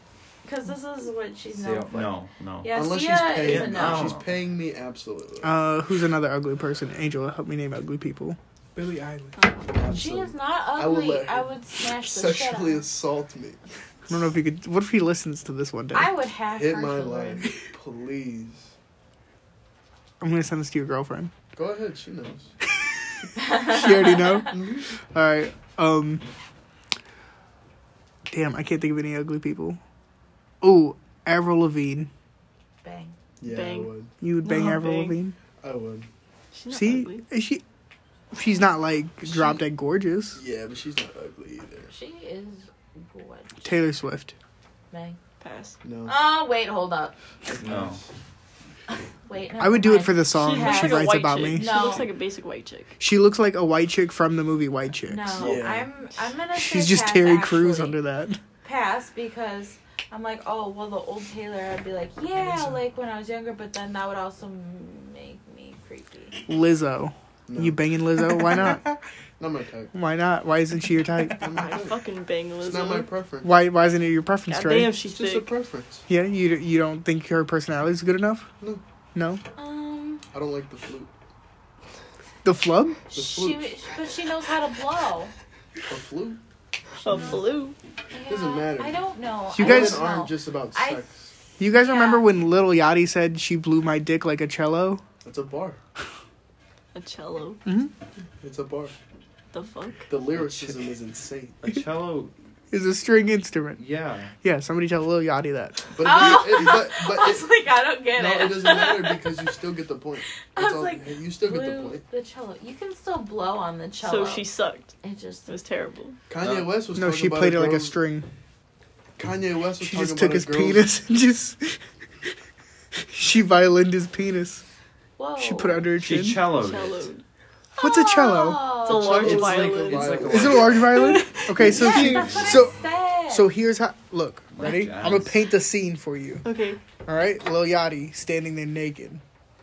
Speaker 4: Because this is what she's
Speaker 3: See,
Speaker 4: known
Speaker 3: oh,
Speaker 4: for.
Speaker 3: no, no.
Speaker 4: Yeah,
Speaker 5: Unless
Speaker 4: Sia
Speaker 5: she's
Speaker 4: is a
Speaker 5: paying,
Speaker 4: no.
Speaker 5: if she's paying me absolutely.
Speaker 2: Uh, who's another ugly person? Angela, help me name ugly people.
Speaker 6: Billie Eilish.
Speaker 4: She
Speaker 5: absolutely.
Speaker 4: is not
Speaker 5: I will
Speaker 4: ugly.
Speaker 5: let
Speaker 4: I,
Speaker 5: her
Speaker 4: would smash the shit out.
Speaker 5: Sexually
Speaker 4: of her.
Speaker 5: assault me.
Speaker 2: I don't know if you could. What if he listens to this one day?
Speaker 4: I would have
Speaker 5: Hit
Speaker 4: her
Speaker 5: my
Speaker 4: children.
Speaker 5: line, please.
Speaker 2: I'm gonna send this to your girlfriend.
Speaker 5: Go ahead, she knows.
Speaker 2: She already know. All right. Um. Damn, I can't think of any ugly people. Ooh, Avril Lavigne.
Speaker 4: Bang.
Speaker 5: Yeah,
Speaker 1: Bang.
Speaker 5: I would.
Speaker 2: You would bang
Speaker 1: No,
Speaker 2: Avril
Speaker 1: bang.
Speaker 2: Lavigne.
Speaker 5: I would.
Speaker 1: She's not
Speaker 2: See,
Speaker 1: ugly.
Speaker 2: is she? She's not like drop dead gorgeous.
Speaker 5: Yeah, but she's not ugly either.
Speaker 4: She is gorgeous.
Speaker 2: Taylor Swift.
Speaker 4: Bang.
Speaker 1: Pass.
Speaker 5: No.
Speaker 4: Oh wait, hold up.
Speaker 3: No.
Speaker 4: Wait.
Speaker 2: I would do it for the song
Speaker 1: she
Speaker 2: that
Speaker 1: has
Speaker 2: she
Speaker 1: like a
Speaker 2: writes
Speaker 1: white
Speaker 2: about
Speaker 1: chick.
Speaker 2: me.
Speaker 1: She
Speaker 4: No.
Speaker 1: looks like a basic white chick.
Speaker 2: She looks like a white chick from the movie White Chicks.
Speaker 4: No,
Speaker 5: Yeah.
Speaker 4: I'm. I'm gonna.
Speaker 2: She's
Speaker 4: say
Speaker 2: just
Speaker 4: pass,
Speaker 2: Terry Crews
Speaker 4: actually.
Speaker 2: under that.
Speaker 4: pass because I'm like, oh, well, the old Taylor, I'd be like, yeah, like when I was younger, but then that would also make me creepy.
Speaker 2: Lizzo.
Speaker 5: no.
Speaker 2: You banging Lizzo? Why not?
Speaker 5: Not my type.
Speaker 2: Why not? Why isn't she your type?
Speaker 5: Not my
Speaker 1: I
Speaker 5: type.
Speaker 1: fucking bang
Speaker 5: It's not my
Speaker 1: Lizzo.
Speaker 5: preference.
Speaker 2: Why why isn't it your preference,
Speaker 1: God
Speaker 2: Trey?
Speaker 1: damn, she's
Speaker 5: It's just a
Speaker 1: thick.
Speaker 5: preference.
Speaker 2: Yeah, you you don't think her personality is good enough?
Speaker 5: No.
Speaker 2: No.
Speaker 4: Um,
Speaker 5: I don't like the flute.
Speaker 2: The flub?
Speaker 5: The
Speaker 4: she,
Speaker 5: flute.
Speaker 4: but she knows how to blow.
Speaker 5: The flute.
Speaker 1: A blue.
Speaker 5: Doesn't
Speaker 4: Yeah,
Speaker 5: matter.
Speaker 4: I don't know.
Speaker 2: You
Speaker 4: I
Speaker 2: guys-
Speaker 4: don't
Speaker 5: Women aren't
Speaker 4: know.
Speaker 5: just about
Speaker 4: I-
Speaker 5: sex.
Speaker 2: You guys
Speaker 4: Yeah.
Speaker 2: remember when Little Yachty said she blew my dick like a cello?
Speaker 5: It's a bar.
Speaker 1: A cello.
Speaker 5: It's a bar.
Speaker 1: The fuck?
Speaker 5: The lyricism is insane.
Speaker 3: A cello,
Speaker 2: Is a string instrument.
Speaker 3: yeah.
Speaker 2: Yeah, somebody tell Lil Yachty that.
Speaker 5: But it,
Speaker 4: Oh.
Speaker 5: it- but, but
Speaker 4: I was
Speaker 5: it,
Speaker 4: like, I don't get
Speaker 5: no,
Speaker 4: it.
Speaker 5: it doesn't matter because you still get the point.
Speaker 4: I
Speaker 5: It's
Speaker 4: was
Speaker 5: all,
Speaker 4: like,
Speaker 5: you still get the
Speaker 4: Blew
Speaker 5: point.
Speaker 4: the cello. You can still blow on the cello.
Speaker 1: So she sucked.
Speaker 4: It just
Speaker 1: It was terrible.
Speaker 5: Kanye
Speaker 3: No.
Speaker 5: West was
Speaker 2: No,
Speaker 5: talking
Speaker 2: she
Speaker 5: about
Speaker 2: played it
Speaker 5: a
Speaker 2: like a
Speaker 5: girl-
Speaker 2: string.
Speaker 5: Kanye West was
Speaker 2: She
Speaker 5: talking
Speaker 2: just
Speaker 5: about
Speaker 2: took
Speaker 5: a
Speaker 2: his
Speaker 5: girl-
Speaker 2: penis and just she violined his penis.
Speaker 4: Whoa.
Speaker 2: She put under her
Speaker 3: She
Speaker 2: chin.
Speaker 3: celloed. it.
Speaker 1: Cello.
Speaker 2: What's a cello?
Speaker 4: Oh.
Speaker 1: It's a large
Speaker 3: It's like,
Speaker 1: violin.
Speaker 3: it's like a
Speaker 2: Is it a large violin? Okay, so
Speaker 4: Yes,
Speaker 2: here,
Speaker 4: that's what I
Speaker 2: so
Speaker 4: said.
Speaker 2: so here's how. Look,
Speaker 3: My
Speaker 2: ready?
Speaker 3: God.
Speaker 2: I'm gonna paint the scene for you.
Speaker 1: okay.
Speaker 2: All right, Lil Yachty standing there naked.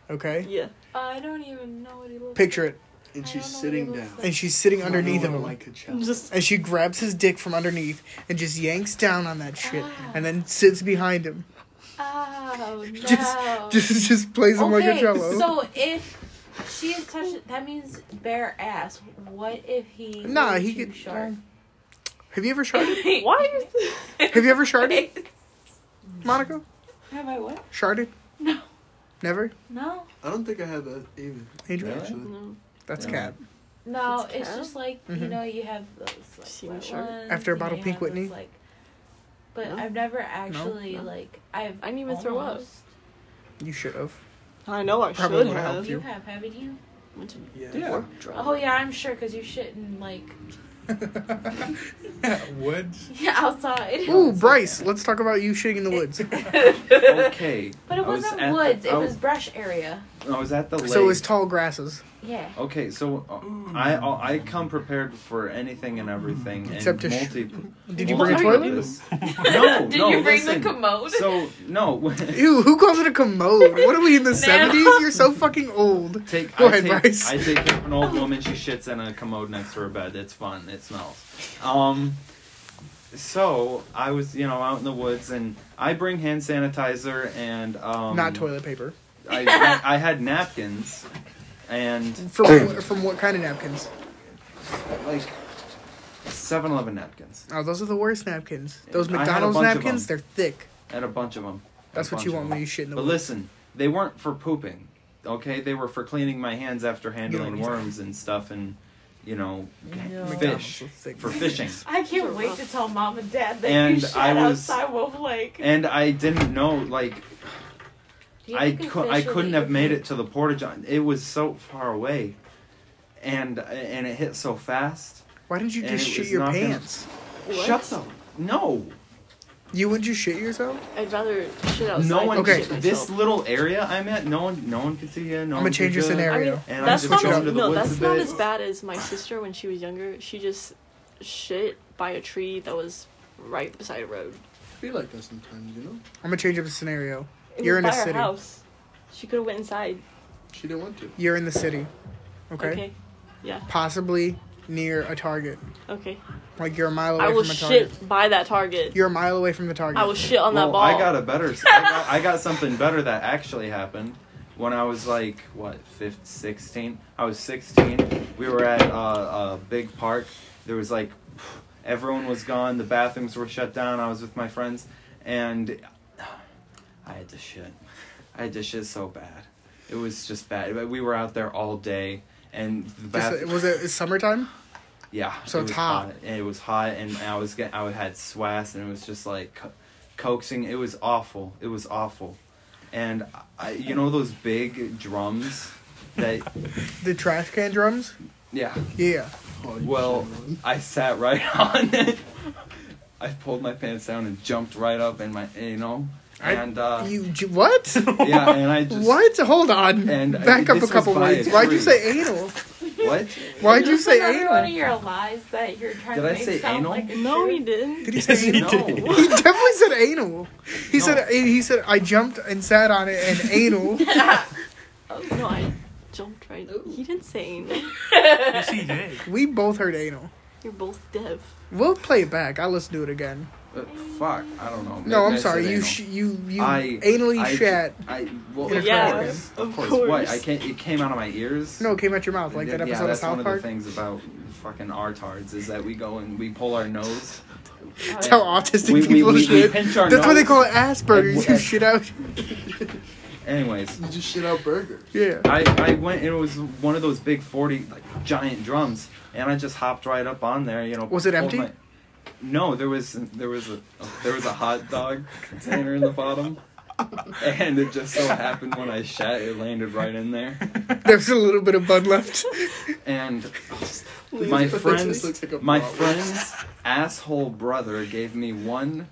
Speaker 2: Okay,
Speaker 1: Yeah.
Speaker 4: I don't even know what he looks
Speaker 2: picture it,
Speaker 5: And
Speaker 4: I
Speaker 5: she's
Speaker 4: don't know
Speaker 5: sitting
Speaker 4: what it
Speaker 5: down.
Speaker 4: looks
Speaker 2: and she's sitting underneath him.
Speaker 5: like a child.
Speaker 1: Just
Speaker 2: and she grabs his dick from underneath and just yanks down on that shit
Speaker 4: Ah.
Speaker 2: and then sits behind him.
Speaker 4: Oh, no.
Speaker 2: Just just plays him like a cello.
Speaker 4: So if she is touched, that means bare ass. What if he?
Speaker 2: Nah,
Speaker 4: was
Speaker 2: he
Speaker 4: too
Speaker 2: could-
Speaker 4: Short?
Speaker 2: Have you ever sharded?
Speaker 1: what?
Speaker 2: Have you ever sharded, Monica?
Speaker 4: Have I what?
Speaker 2: Sharded?
Speaker 4: No.
Speaker 2: Never?
Speaker 4: No.
Speaker 5: I don't think I had that even.
Speaker 2: Andrew?
Speaker 3: Really?
Speaker 5: Actually.
Speaker 1: No.
Speaker 2: That's
Speaker 3: No.
Speaker 2: cat.
Speaker 4: No,
Speaker 1: It's
Speaker 4: it's,
Speaker 1: cat?
Speaker 4: just like you
Speaker 2: Mhm.
Speaker 4: know you have those
Speaker 1: Seen
Speaker 4: like wet
Speaker 1: shark?
Speaker 4: ones,
Speaker 2: After a
Speaker 4: you know,
Speaker 2: bottle
Speaker 4: you
Speaker 2: Pink
Speaker 4: have those,
Speaker 2: Whitney?
Speaker 4: like- but
Speaker 1: No.
Speaker 4: I've never actually
Speaker 1: No.
Speaker 4: like I've.
Speaker 1: I didn't even throw up.
Speaker 4: almost-
Speaker 2: You should have.
Speaker 1: I know I
Speaker 2: Probably
Speaker 1: should
Speaker 2: would've
Speaker 1: have.
Speaker 2: helped
Speaker 4: You have, haven't you?
Speaker 1: Went to
Speaker 5: Yeah.
Speaker 3: Yeah.
Speaker 1: work drunk.
Speaker 4: Oh yeah, I'm sure because you shouldn't like
Speaker 6: Woods.
Speaker 4: yeah outside.
Speaker 2: Ooh, Bryce, let's talk about you shitting in the woods.
Speaker 3: Okay.
Speaker 4: But it
Speaker 3: I was
Speaker 4: wasn't
Speaker 3: at the-
Speaker 4: woods.
Speaker 3: I
Speaker 4: it
Speaker 3: was-
Speaker 4: was brush area.
Speaker 3: I was at the lake.
Speaker 2: so it's tall grasses.
Speaker 4: Yeah.
Speaker 3: Okay, so uh, I I come prepared for anything and everything.
Speaker 2: Except a
Speaker 3: and
Speaker 2: sh-
Speaker 3: multi-
Speaker 2: Did you bring a
Speaker 3: multi-
Speaker 2: toilet?
Speaker 3: this. No,
Speaker 4: Did
Speaker 3: no,
Speaker 4: you bring
Speaker 3: listen.
Speaker 4: the commode?
Speaker 3: So no,
Speaker 2: Ew, who calls it a commode? What are we in the seventies? You're so fucking old.
Speaker 3: take
Speaker 2: Go
Speaker 3: I
Speaker 2: ahead,
Speaker 3: take,
Speaker 2: Bryce.
Speaker 3: I take care of an old woman. She shits in a commode next to her bed. It's fun. It smells. Um, so I was you know out in the woods and I bring hand sanitizer and um,
Speaker 2: Not toilet paper.
Speaker 3: I, I, I had napkins and
Speaker 2: From what- from what kind of napkins?
Speaker 3: like 7-Eleven napkins
Speaker 2: Oh, those are the worst napkins. Those
Speaker 3: I had a
Speaker 2: McDonald's
Speaker 3: bunch of
Speaker 2: napkins, they're
Speaker 3: them.
Speaker 2: thick.
Speaker 3: and a bunch of them.
Speaker 2: That's what you want when you shit in the
Speaker 3: But
Speaker 2: woods.
Speaker 3: listen, they weren't for pooping. Okay, they were for cleaning my hands after handling
Speaker 2: what he's
Speaker 3: worms and stuff, and you know,
Speaker 2: McDonald's
Speaker 3: fish
Speaker 2: are thick.
Speaker 3: for fishing.
Speaker 4: I can't wait to tell mom and dad that
Speaker 3: And
Speaker 4: you shot
Speaker 3: I was-
Speaker 4: outside Wolf Lake.
Speaker 3: And I didn't know, like, I cou- I couldn't have made it to the porta john. It was so far away, and and it hit so fast.
Speaker 2: Why didn't you
Speaker 3: And
Speaker 2: just
Speaker 3: it
Speaker 2: shit
Speaker 3: was
Speaker 2: your
Speaker 3: not gonna-
Speaker 2: pants?
Speaker 1: What?
Speaker 3: Shut the no,
Speaker 2: You wouldn't just shit yourself?
Speaker 1: I'd rather shit outside.
Speaker 3: no one.
Speaker 1: than
Speaker 2: Okay,
Speaker 1: shit myself.
Speaker 3: this little area I'm at, no one, no one could see you. No
Speaker 2: I'm
Speaker 3: one
Speaker 2: gonna
Speaker 3: could
Speaker 2: change your
Speaker 3: do it.
Speaker 1: I mean,
Speaker 2: scenario.
Speaker 3: And I
Speaker 1: that's
Speaker 3: just
Speaker 1: not
Speaker 2: go
Speaker 1: as,
Speaker 2: into
Speaker 3: the
Speaker 1: no,
Speaker 3: woods
Speaker 1: that's
Speaker 3: a
Speaker 1: not
Speaker 3: bit.
Speaker 1: as bad as my sister when she was younger. She just shit by a tree that was right beside a road.
Speaker 5: I feel like that sometimes, you know?
Speaker 2: I'm gonna change up the scenario.
Speaker 1: It
Speaker 2: You're
Speaker 1: was
Speaker 2: in
Speaker 1: by
Speaker 2: a
Speaker 1: our
Speaker 2: city.
Speaker 1: house. She could have went inside.
Speaker 5: She didn't want to.
Speaker 2: You're in the city. Okay?
Speaker 1: Okay. Yeah.
Speaker 2: Possibly near a target.
Speaker 1: Okay.
Speaker 2: Like you're a mile away
Speaker 1: I will
Speaker 2: from a target.
Speaker 1: shit by that target.
Speaker 2: You're a mile away from the target.
Speaker 1: I will shit on that
Speaker 3: Well,
Speaker 1: ball.
Speaker 3: I got a better. I got, I got something better that actually happened when I was like what fifth, sixteen. I was sixteen. We were at uh, a big park. There was like everyone was gone. The bathrooms were shut down. I was with my friends, and I had to shit. I had to shit so bad. It was just bad. But We were out there all day, and the
Speaker 2: Just-
Speaker 3: bathroom.
Speaker 2: was it summertime?
Speaker 3: Yeah.
Speaker 2: So
Speaker 3: it
Speaker 2: it's
Speaker 3: was
Speaker 2: hot.
Speaker 3: And it was hot, and I was getting, I had swass, and it was just like co- coaxing. It was awful. It was awful. And I, you know those big drums that,
Speaker 2: The trash can drums?
Speaker 3: yeah.
Speaker 2: Yeah.
Speaker 5: Oh, you
Speaker 3: Well,
Speaker 5: should've run.
Speaker 3: I sat right on it. I pulled my pants down and jumped right up, and my, you know,
Speaker 2: I-
Speaker 3: and uh,
Speaker 2: You j- what?
Speaker 3: yeah, and I just
Speaker 2: what? Hold on.
Speaker 3: And, uh,
Speaker 2: Back up
Speaker 3: this
Speaker 2: a
Speaker 3: was
Speaker 2: couple
Speaker 3: by a
Speaker 2: words. Why'd you
Speaker 3: tree.
Speaker 2: say anal?
Speaker 3: what?
Speaker 2: Why'd you
Speaker 4: Just
Speaker 2: say
Speaker 4: another one of
Speaker 2: anal?
Speaker 4: your lies that you're trying
Speaker 3: Did
Speaker 4: to
Speaker 3: I
Speaker 4: make
Speaker 3: say
Speaker 4: sound
Speaker 3: anal?
Speaker 4: like a
Speaker 1: no,
Speaker 4: jerk.
Speaker 1: he didn't.
Speaker 2: Did he say anal?
Speaker 3: no.
Speaker 2: He definitely said anal. He
Speaker 3: No.
Speaker 2: said he said I jumped and sat on it and anal.
Speaker 1: No, I jumped right. He didn't say anything.
Speaker 6: Yes, he did.
Speaker 2: we both heard anal.
Speaker 1: You're both deaf.
Speaker 2: We'll play it back. I'll listen to it again.
Speaker 3: Uh, fuck, I don't know. Maybe
Speaker 2: No,
Speaker 3: I
Speaker 2: I'm
Speaker 3: said
Speaker 2: sorry. You
Speaker 3: anal.
Speaker 2: sh- you you
Speaker 3: I-
Speaker 2: anally
Speaker 3: I-
Speaker 2: shat.
Speaker 3: I well,
Speaker 2: Yeah,
Speaker 3: of
Speaker 2: Yeah,
Speaker 3: course,
Speaker 1: of
Speaker 3: of course.
Speaker 1: course.
Speaker 3: What I can't, it came out of my ears.
Speaker 2: No, it came out your mouth like that
Speaker 3: Yeah,
Speaker 2: episode of
Speaker 3: that's
Speaker 2: South
Speaker 3: one of
Speaker 2: Park.
Speaker 3: the things about fucking artards is that we go and we pull our nose.
Speaker 2: That's how autistic
Speaker 3: We- we-
Speaker 2: people
Speaker 3: we- we
Speaker 2: shit.
Speaker 3: pinch our
Speaker 2: That's why they
Speaker 3: nose.
Speaker 2: call it Asperger's.
Speaker 3: And
Speaker 2: You
Speaker 3: we-
Speaker 2: shit out.
Speaker 3: Anyways,
Speaker 5: You just shit out burgers.
Speaker 2: Yeah.
Speaker 3: I I went and it was one of those big forty like giant drums, and I just hopped right up on there. You know,
Speaker 2: Was it
Speaker 3: pulled
Speaker 2: empty?
Speaker 3: my- no, there was there was a there was a hot dog container in the bottom, and it just so happened when I shat, it landed right in there,
Speaker 2: There's a little bit of bun left.
Speaker 3: and
Speaker 5: It
Speaker 3: my
Speaker 5: just
Speaker 3: friends,
Speaker 5: looks like a
Speaker 3: my
Speaker 5: Bratwurst.
Speaker 3: friend's asshole brother gave me one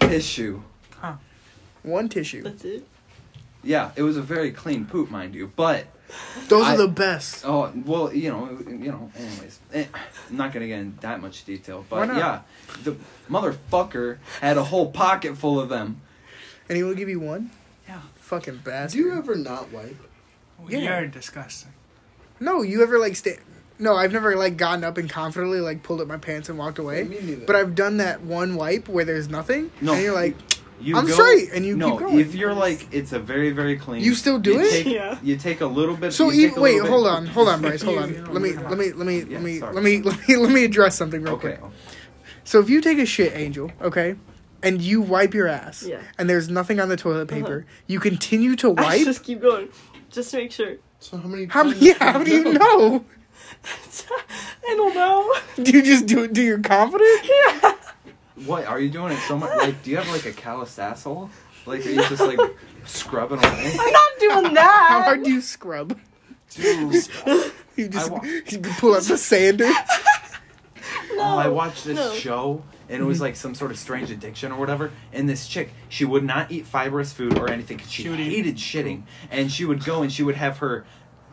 Speaker 3: tissue.
Speaker 2: One tissue.
Speaker 1: That's it.
Speaker 3: Yeah, it was a very clean poop, mind you. But
Speaker 2: Those
Speaker 3: I-
Speaker 2: are the best.
Speaker 3: oh well, you know, you know. Anyways, eh, I'm not gonna get in that much detail.
Speaker 2: Why
Speaker 3: But
Speaker 2: not?
Speaker 3: yeah, the motherfucker had a whole pocket full of them.
Speaker 2: And he will give you one?
Speaker 3: Yeah.
Speaker 2: Fucking bastard.
Speaker 5: Do you ever not wipe?
Speaker 2: Yeah.
Speaker 6: You're disgusting.
Speaker 2: No, you ever like stay? No, I've never like gotten up and confidently like pulled up my pants and walked away.
Speaker 5: Me neither.
Speaker 2: But I've done that one wipe where there's nothing,
Speaker 3: No.
Speaker 2: and you're like,
Speaker 3: You
Speaker 2: I'm straight, and you
Speaker 3: no,
Speaker 2: keep going.
Speaker 3: if you're like, it's a very very clean.
Speaker 2: You still do it?
Speaker 3: Take,
Speaker 1: Yeah.
Speaker 3: You take a little bit.
Speaker 2: so
Speaker 3: you
Speaker 2: even
Speaker 3: take a
Speaker 2: wait,
Speaker 3: little bit-
Speaker 2: hold on, hold on, Bryce, hold
Speaker 6: You-
Speaker 2: on.
Speaker 6: you don't
Speaker 2: Let me,
Speaker 6: really
Speaker 2: let me, let me,
Speaker 3: Yeah,
Speaker 2: let me,
Speaker 3: sorry.
Speaker 2: let me, let me, let me address something real
Speaker 3: Okay.
Speaker 2: quick. So if you take a shit, Angel, okay, and you wipe your ass,
Speaker 1: Yeah. Uh-huh.
Speaker 2: and there's nothing on the toilet paper, you continue to
Speaker 1: I
Speaker 2: wipe.
Speaker 1: just keep going, just to make sure.
Speaker 5: So how many?
Speaker 2: How,
Speaker 5: times
Speaker 2: yeah, how do you
Speaker 5: go?
Speaker 2: know?
Speaker 1: I don't know.
Speaker 2: Do you just do it? Do you're confident?
Speaker 1: Yeah.
Speaker 3: What are you doing? It so much. Like, do you have like a calloused asshole? Like, are you just like scrubbing away?
Speaker 1: I'm not doing that.
Speaker 2: How hard do you scrub?
Speaker 3: Dude,
Speaker 2: You just
Speaker 3: wa-
Speaker 2: you pull out the sander.
Speaker 3: oh, I watched this
Speaker 1: no.
Speaker 3: show and it was like some sort of strange addiction or whatever. And this chick, she would not eat fibrous food or anything. 'cause She,
Speaker 6: She would eat-
Speaker 3: hated shitting, and she would go and she would have her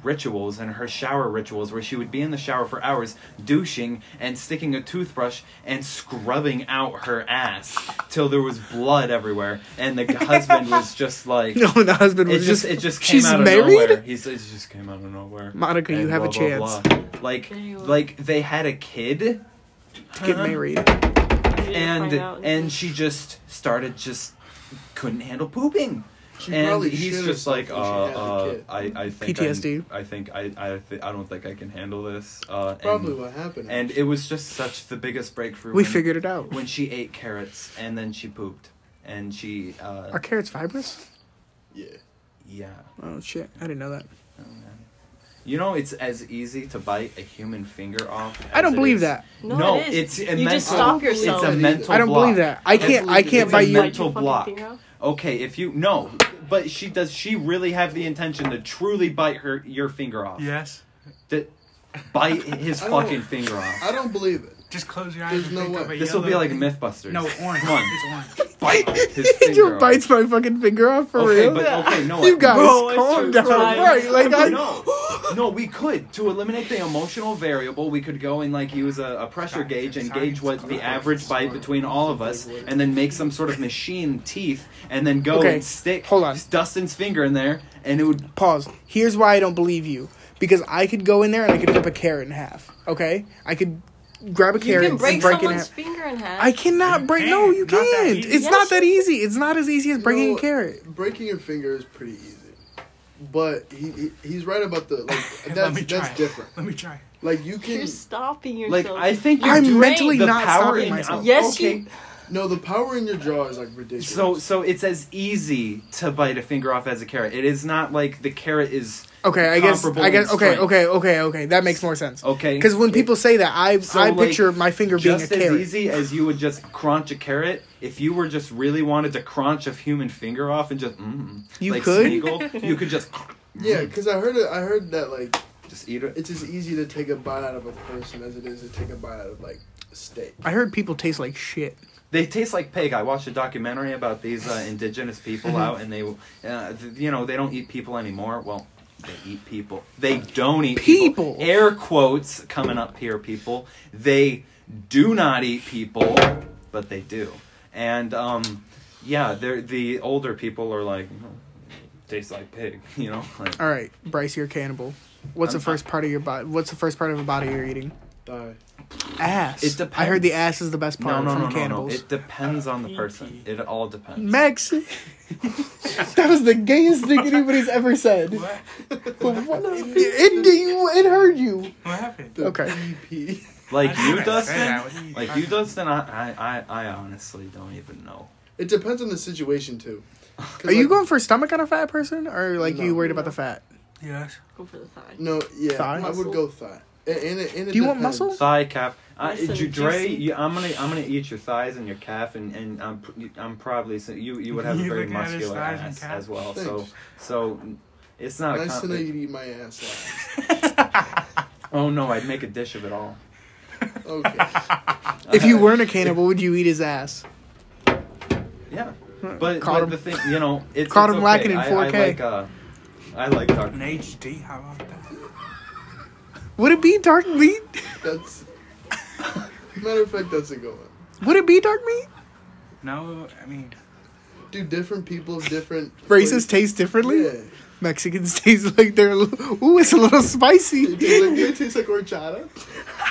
Speaker 3: rituals and her shower rituals where she would be in the shower for hours douching and sticking a toothbrush and scrubbing out her ass till there was blood everywhere and the husband was just like
Speaker 2: No, the husband
Speaker 3: it
Speaker 2: was
Speaker 3: just,
Speaker 2: just,
Speaker 3: it just came
Speaker 2: she's
Speaker 3: out of
Speaker 2: married?
Speaker 3: nowhere. He's it just came out of nowhere.
Speaker 2: Monica, you
Speaker 3: And
Speaker 2: have a
Speaker 3: blah, blah,
Speaker 2: chance.
Speaker 3: blah. Like
Speaker 4: There you are.
Speaker 3: like they had a kid
Speaker 2: get
Speaker 3: huh?
Speaker 2: married.
Speaker 3: and and she just started just couldn't handle pooping.
Speaker 5: She
Speaker 3: and
Speaker 5: probably
Speaker 3: he's
Speaker 5: shit
Speaker 3: just
Speaker 5: herself
Speaker 3: like, uh,
Speaker 5: when she had the
Speaker 3: uh,
Speaker 5: kid.
Speaker 3: I, I think
Speaker 2: PTSD.
Speaker 3: I'm- i think I, I, th- I don't think I can handle this. Uh, and,
Speaker 5: Probably what happened.
Speaker 3: And it was just such the biggest breakthrough.
Speaker 2: We
Speaker 3: when-
Speaker 2: figured it out.
Speaker 3: when she ate carrots and then she pooped and she, uh,
Speaker 2: Are carrots fibrous?
Speaker 5: yeah.
Speaker 3: yeah.
Speaker 2: Oh shit! I didn't know that.
Speaker 3: You know, it's as easy to bite a human finger off.
Speaker 2: I
Speaker 3: as
Speaker 2: don't
Speaker 3: it
Speaker 2: believe
Speaker 3: is-
Speaker 2: that.
Speaker 1: No,
Speaker 3: No,
Speaker 1: it is.
Speaker 3: it's a
Speaker 1: you
Speaker 3: mental-
Speaker 1: just stop
Speaker 5: it's
Speaker 3: It's
Speaker 1: yourself.
Speaker 3: a
Speaker 5: Totally.
Speaker 3: mental
Speaker 2: I don't
Speaker 3: block.
Speaker 2: believe that. I can't. I
Speaker 5: Absolutely.
Speaker 2: can't
Speaker 5: It's
Speaker 2: buy
Speaker 5: a
Speaker 2: you.
Speaker 3: mental
Speaker 1: fucking
Speaker 3: block.
Speaker 1: finger off?
Speaker 3: Okay, if you no, but she does. She really have the intention to truly bite her your finger off.
Speaker 6: Yes.
Speaker 3: To bite his
Speaker 5: I don't-
Speaker 3: fucking finger off.
Speaker 5: I don't believe it.
Speaker 6: Just close your eyes.
Speaker 5: There's
Speaker 6: and
Speaker 5: no
Speaker 6: think
Speaker 5: way.
Speaker 6: of a
Speaker 3: This will be
Speaker 6: yellow-
Speaker 3: like MythBusters.
Speaker 6: No, orange.
Speaker 3: Come on.
Speaker 6: It's orange.
Speaker 3: Bite his finger
Speaker 2: Angel
Speaker 3: off.
Speaker 2: bites my fucking finger off for
Speaker 3: okay,
Speaker 2: real.
Speaker 3: but okay, no.
Speaker 2: you guys,
Speaker 1: Bro, I
Speaker 2: calm
Speaker 1: started
Speaker 2: down.
Speaker 1: crying.
Speaker 2: Right? Like I.
Speaker 3: no, no, we could to eliminate the emotional variable. We could go and like use a, a pressure
Speaker 6: Science,
Speaker 3: gauge and
Speaker 6: science,
Speaker 3: gauge what the
Speaker 6: science.
Speaker 3: average bite between all of us, and then make some sort of machine teeth, and then go
Speaker 2: Okay,
Speaker 3: and stick
Speaker 2: hold on.
Speaker 3: Dustin's finger in there, and it would.
Speaker 2: Pause. Here's why I don't believe you. Because I could go in there and I could rip a carrot in half. Okay, I could grab a
Speaker 1: You
Speaker 2: carrot
Speaker 1: can break,
Speaker 2: and break it in
Speaker 1: someone's
Speaker 2: half.
Speaker 1: finger in half.
Speaker 2: I cannot
Speaker 6: You
Speaker 2: break.
Speaker 6: can.
Speaker 2: No, you
Speaker 6: Not that
Speaker 2: can't.
Speaker 6: easy.
Speaker 2: It's
Speaker 1: Yes,
Speaker 2: not that
Speaker 1: you-
Speaker 2: easy. It's not as easy as breaking
Speaker 5: No,
Speaker 2: a carrot.
Speaker 5: Breaking your finger is pretty easy. But he, he he's right about the
Speaker 6: Hey,
Speaker 5: like
Speaker 6: Let me
Speaker 5: that's
Speaker 6: try.
Speaker 5: that's different.
Speaker 6: Let me try.
Speaker 5: Like you can
Speaker 1: You're stopping yourself.
Speaker 3: Like I think you
Speaker 1: Your
Speaker 2: I'm
Speaker 3: do-
Speaker 2: mentally
Speaker 3: the
Speaker 2: not
Speaker 3: power
Speaker 2: stopping
Speaker 3: in-
Speaker 2: myself.
Speaker 1: Yes,
Speaker 3: okay.
Speaker 1: you-
Speaker 5: no the power in your jaw is like ridiculous.
Speaker 3: So so it's as easy to bite a finger off as a carrot. It is not like the carrot is
Speaker 2: Okay, I guess.
Speaker 3: comparable
Speaker 2: I guess.
Speaker 3: in
Speaker 2: Okay,
Speaker 3: strength.
Speaker 2: okay, okay, okay. That makes more sense.
Speaker 3: Okay.
Speaker 2: Because when people say that, I
Speaker 3: So,
Speaker 2: I
Speaker 3: like,
Speaker 2: picture my finger being a
Speaker 3: Just as
Speaker 2: carrot.
Speaker 3: easy as you would just crunch a carrot, if you were just really wanted to crunch a human finger off and just mm,
Speaker 2: You
Speaker 3: like
Speaker 2: could?
Speaker 3: Smeagol, you could just
Speaker 5: yeah, because I heard it, I heard that like
Speaker 3: just eat it.
Speaker 5: it's as easy to take a bite out of a person as it is to take a bite out of like a steak.
Speaker 2: I heard people taste like shit.
Speaker 3: They taste like pig. I watched a documentary about these uh, indigenous
Speaker 2: Mm-hmm.
Speaker 3: people out, and they, uh, th- you know, they don't eat people anymore. Well. They eat people. They don't eat
Speaker 2: People.
Speaker 3: Air quotes coming up here, people. They do not eat people, but they do. And um, yeah, they're, the older people are like, "Mm, tastes like pig. You know, like,
Speaker 2: All right, Bryce, you're a cannibal. What's
Speaker 3: I'm-
Speaker 2: the first part of your body? What's the first part of a body you're eating?
Speaker 5: Die.
Speaker 2: Ass.
Speaker 3: It
Speaker 2: I heard the
Speaker 3: depends.
Speaker 2: ass is the best
Speaker 3: No,
Speaker 2: part
Speaker 3: no,
Speaker 2: from
Speaker 3: no, no, no.
Speaker 2: cannibals.
Speaker 3: It depends on the person. It all depends.
Speaker 2: Max, that was the gayest thing anybody's ever said.
Speaker 6: What?
Speaker 2: What? It, it, it hurt you.
Speaker 6: What happened?
Speaker 5: The
Speaker 2: Okay.
Speaker 5: PP.
Speaker 3: like
Speaker 6: I
Speaker 3: you,
Speaker 6: didn't say that. What are
Speaker 3: Dustin.
Speaker 6: you
Speaker 3: Like
Speaker 6: talking
Speaker 3: you,
Speaker 6: about?
Speaker 3: Dustin. I, I, I, I honestly don't even know.
Speaker 5: It depends on the situation too. 'Cause,
Speaker 2: Are you
Speaker 5: like,
Speaker 2: going for stomach on a fat person, or like you
Speaker 5: No.
Speaker 2: worried about the fat?
Speaker 6: Yes.
Speaker 1: go for the thigh.
Speaker 5: No, yeah,
Speaker 2: Thigh?
Speaker 5: I would go thigh. And, and it, and it
Speaker 2: Do you want
Speaker 5: depends.
Speaker 2: muscle?
Speaker 3: Thigh cap. I,
Speaker 1: Listen,
Speaker 3: you, Dre,
Speaker 1: juicy.
Speaker 3: you, I'm gonna, I'm gonna eat your thighs and your calf, and and I'm, pr- you- I'm probably so you, you would have a
Speaker 6: You
Speaker 3: very
Speaker 6: looking at his
Speaker 3: muscular
Speaker 6: thighs and
Speaker 3: ass
Speaker 6: calf?
Speaker 3: as well. So,
Speaker 5: Thanks.
Speaker 3: so. It's not a
Speaker 5: Nice to know
Speaker 3: comp-
Speaker 5: you eat my ass. Last.
Speaker 3: Oh no, I'd make a dish of it all.
Speaker 5: Okay.
Speaker 2: If you weren't a cannibal, would you eat his ass?
Speaker 3: Yeah. But,
Speaker 2: Caught
Speaker 3: but
Speaker 2: him.
Speaker 3: the thing, you know, it's
Speaker 2: Caught
Speaker 3: it's
Speaker 2: him
Speaker 3: okay.
Speaker 2: lacking in
Speaker 3: I-
Speaker 2: 4K.
Speaker 3: I like, uh, I like dark.
Speaker 6: An HD, how about that?
Speaker 2: Would it be dark meat?
Speaker 5: That's. Matter of fact, that's a good one.
Speaker 2: Would it be dark meat?
Speaker 6: No, I mean,
Speaker 5: Dude, different people, different
Speaker 2: Races
Speaker 5: flavors.
Speaker 2: taste differently.
Speaker 5: Yeah.
Speaker 2: Mexicans taste like they're. a little- Ooh, it's a little spicy.
Speaker 5: Dude, does it taste like horchata?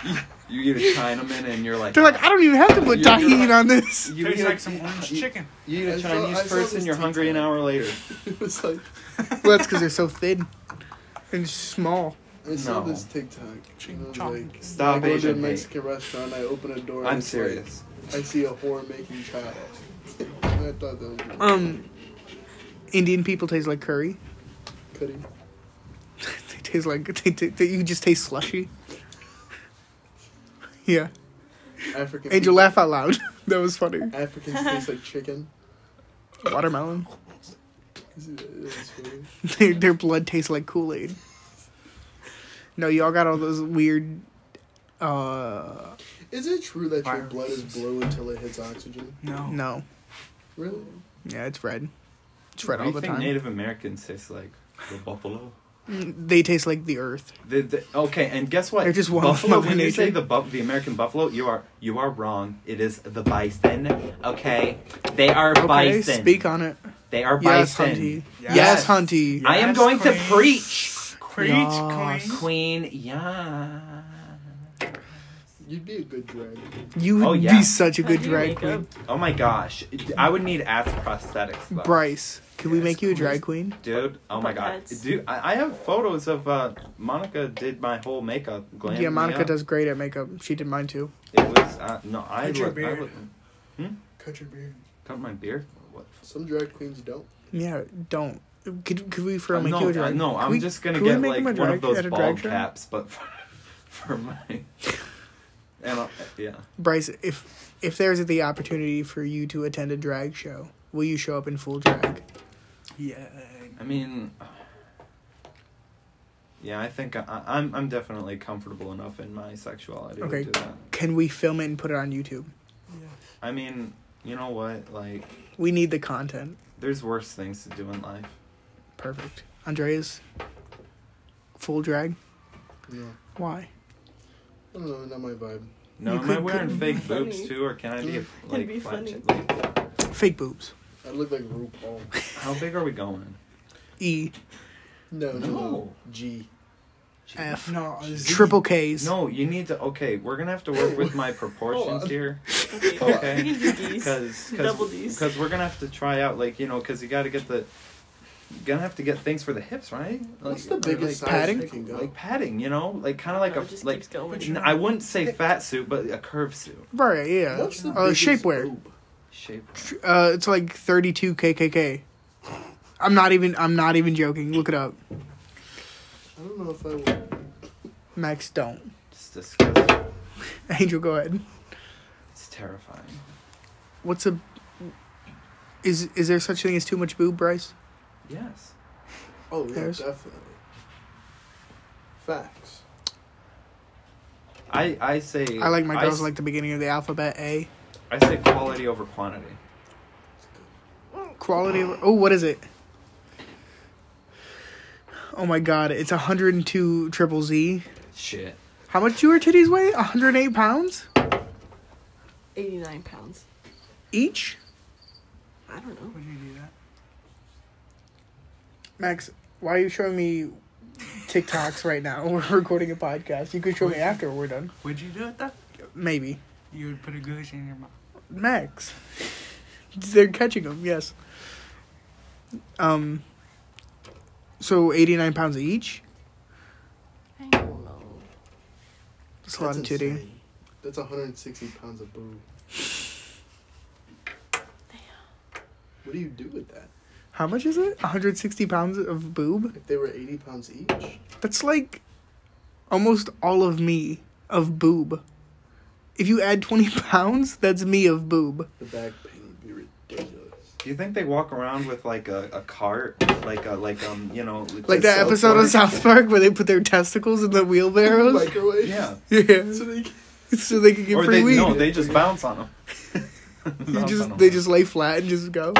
Speaker 3: You eat a Chinaman and you're like,
Speaker 2: They're like, I don't even have to put
Speaker 3: You're- you're-
Speaker 2: tahini on this.
Speaker 3: you
Speaker 6: tastes
Speaker 3: eat
Speaker 6: like
Speaker 3: a,
Speaker 6: some orange
Speaker 3: you-
Speaker 6: chicken.
Speaker 3: you eat
Speaker 5: I
Speaker 3: a
Speaker 5: saw-
Speaker 3: Chinese
Speaker 5: I saw
Speaker 3: person,
Speaker 5: this
Speaker 3: you're hungry an
Speaker 5: TikTok.
Speaker 3: hour later.
Speaker 5: It was like.
Speaker 2: Well, that's because they're so thin and small.
Speaker 5: I saw
Speaker 3: No.
Speaker 5: this TikTok.
Speaker 6: Ching
Speaker 5: and I was
Speaker 6: chong.
Speaker 5: like,
Speaker 3: Stop
Speaker 5: I go to a
Speaker 3: Asian hate.
Speaker 5: Mexican restaurant. I open a door. and
Speaker 3: I'm
Speaker 5: it's like,
Speaker 3: serious.
Speaker 5: I see a whore making child. I thought that was
Speaker 2: Um, Indian people taste like curry.
Speaker 5: cutting.
Speaker 2: They taste like they, they, they- you just taste slushy. Yeah,
Speaker 5: African.
Speaker 2: Angel,
Speaker 5: people-
Speaker 2: laugh out loud. That was funny.
Speaker 5: Africans taste like chicken.
Speaker 2: Watermelon.
Speaker 5: Is it- is it funny?
Speaker 2: Their, their blood tastes like Kool Aid. No, y'all got all those weird. Uh,
Speaker 5: Is it true that your
Speaker 6: Fire.
Speaker 5: blood is blue until it hits oxygen?
Speaker 6: No.
Speaker 2: no.
Speaker 5: Really?
Speaker 2: Yeah, it's red. It's red
Speaker 3: What do
Speaker 2: all
Speaker 3: you
Speaker 2: the
Speaker 3: think
Speaker 2: time.
Speaker 3: Native Americans taste like? The buffalo.
Speaker 2: Mm, They taste like the earth.
Speaker 3: The, the, okay, and guess what?
Speaker 2: They're just one with
Speaker 3: buffalo.
Speaker 2: Mother
Speaker 3: When you
Speaker 2: Nature.
Speaker 3: say the bu- the American buffalo, you are you are wrong. It is the bison. Okay, they are
Speaker 2: Okay,
Speaker 3: bison.
Speaker 2: speak on it.
Speaker 3: They are
Speaker 2: Yes,
Speaker 3: bison.
Speaker 2: Hunty. Yes,
Speaker 6: Yes.
Speaker 2: Hunty.
Speaker 3: I am
Speaker 6: Yes,
Speaker 3: going to
Speaker 6: queen.
Speaker 3: preach,
Speaker 6: Preach,
Speaker 2: Yes.
Speaker 6: queen.
Speaker 3: Queen. Yeah.
Speaker 5: You'd be a good dragon.
Speaker 2: You would
Speaker 3: Oh, yeah.
Speaker 2: be such a
Speaker 1: How
Speaker 2: good
Speaker 1: do you
Speaker 2: drag
Speaker 1: make
Speaker 2: queen.
Speaker 3: Oh my gosh, I would need ass prosthetics. Though.
Speaker 2: Bryce, can we
Speaker 6: Yes,
Speaker 2: make you a
Speaker 6: queen.
Speaker 2: drag queen?
Speaker 3: Dude, oh my god,
Speaker 1: Buckheads.
Speaker 3: dude! I, I have photos of uh, Monica did my whole makeup. glammed
Speaker 2: yeah,
Speaker 3: me
Speaker 2: Monica
Speaker 3: up.
Speaker 2: does great at makeup. She did mine too.
Speaker 3: It was uh, no, I
Speaker 6: Cut your
Speaker 3: look, I
Speaker 6: beard.
Speaker 3: look,
Speaker 5: Cut your beard.
Speaker 3: cut my beard. What?
Speaker 5: Some drag queens don't.
Speaker 2: Yeah, don't. Could could we for
Speaker 3: Uh,
Speaker 2: make
Speaker 3: no,
Speaker 2: you
Speaker 3: uh,
Speaker 2: a drag?
Speaker 3: no,
Speaker 2: could
Speaker 3: I'm
Speaker 2: we-
Speaker 3: just gonna
Speaker 2: could we
Speaker 3: get
Speaker 2: make
Speaker 3: like
Speaker 2: him a
Speaker 3: one
Speaker 2: drag-
Speaker 3: of those
Speaker 2: at a
Speaker 3: bald
Speaker 2: drag show?
Speaker 3: caps, but for, for my and I'll, yeah,
Speaker 2: Bryce, if if there's the opportunity for you to attend a drag show, will you show up in full drag?
Speaker 6: Yeah.
Speaker 3: I mean, yeah, I think I, I- I'm I'm definitely comfortable enough in my sexuality
Speaker 2: Okay.
Speaker 3: to do that.
Speaker 2: Can we film it and put it on YouTube?
Speaker 3: I mean, you know what? Like,
Speaker 2: We need the content.
Speaker 3: there's worse things to do in life.
Speaker 2: Perfect. Andreas, full drag.
Speaker 5: No.
Speaker 2: Why?
Speaker 5: I don't know, not my vibe.
Speaker 3: No,
Speaker 2: You
Speaker 3: am
Speaker 2: could-
Speaker 3: I wearing
Speaker 2: could-
Speaker 3: fake
Speaker 1: Funny.
Speaker 3: boobs too, or can I be like
Speaker 1: be
Speaker 3: flat
Speaker 1: funny.
Speaker 3: chest- like,
Speaker 2: Fake boobs.
Speaker 5: I look like RuPaul.
Speaker 3: how big are we going?
Speaker 2: E
Speaker 5: No, no, no.
Speaker 3: No.
Speaker 5: G.
Speaker 2: F
Speaker 6: No, a Z.
Speaker 2: triple K's.
Speaker 3: No, you need to. Okay, we're gonna have to work with my proportions
Speaker 5: on.
Speaker 3: here.
Speaker 1: Okay.
Speaker 3: Oh, Okay.
Speaker 1: We can do these.
Speaker 3: because
Speaker 1: Double Ds.
Speaker 3: because we're gonna have to try out like you know because you gotta get the you're gonna have to get things for the hips right like,
Speaker 5: What's the
Speaker 3: or,
Speaker 5: biggest
Speaker 3: like,
Speaker 5: size
Speaker 2: padding?
Speaker 5: you can go?
Speaker 3: like padding you know like kind of like
Speaker 1: No, Oh, it
Speaker 3: a
Speaker 1: just
Speaker 3: like
Speaker 1: keeps going.
Speaker 3: n- I wouldn't say fat suit but a curve suit
Speaker 2: Right, yeah.
Speaker 5: What's the
Speaker 2: uh,
Speaker 5: biggest
Speaker 2: shapewear.
Speaker 5: boob?
Speaker 3: shape
Speaker 2: Uh, it's like 32 KKK. I'm not even. I'm not even joking. Look it up.
Speaker 5: I don't know if I would.
Speaker 2: Max, don't.
Speaker 3: it's disgusting
Speaker 2: Angel, go ahead.
Speaker 3: it's terrifying
Speaker 2: What's a? Is is there such thing as too much boob, Bryce?
Speaker 3: yes
Speaker 5: Oh, yeah,
Speaker 2: There's-
Speaker 5: definitely. Facts.
Speaker 3: I I say
Speaker 2: I like my girls
Speaker 3: s-
Speaker 2: like the beginning of the alphabet A.
Speaker 3: I say quality over quantity
Speaker 2: Quality. of- Oh, what is it? Oh my God! It's 102 triple Z.
Speaker 3: shit
Speaker 2: How much do your titties weigh? 108 pounds
Speaker 1: 89 pounds.
Speaker 2: each.
Speaker 1: I don't know.
Speaker 6: Would you do that?
Speaker 2: Max, why are you showing me TikToks right now? We're recording a podcast. You could show me after we're done.
Speaker 6: Would you do it though?
Speaker 2: Maybe.
Speaker 6: You would put a goose in your mouth.
Speaker 2: Max. They're catching them, yes. Um so 89 pounds each?
Speaker 1: I don't know.
Speaker 2: That's a lot of titty.
Speaker 5: insane. That's 160 pounds of boob. What do you do with that?
Speaker 2: How much is it? 160 pounds of boob?
Speaker 5: If they were 80 pounds each?
Speaker 2: That's like almost all of me of boob. If you add 20 pounds, that's me of boob.
Speaker 5: The back pain would be ridiculous.
Speaker 3: do you think they walk around with like a, a cart like a like um you know
Speaker 2: Like that
Speaker 3: South
Speaker 2: episode of
Speaker 3: Park?
Speaker 2: South Park where they put their testicles in the wheelbarrows.
Speaker 5: Microwave?
Speaker 3: yeah
Speaker 2: Yeah.
Speaker 5: So they
Speaker 2: So they could get
Speaker 3: or
Speaker 2: free
Speaker 3: they
Speaker 2: weed.
Speaker 3: no they just bounce on them
Speaker 2: You just, they just lay flat and just go.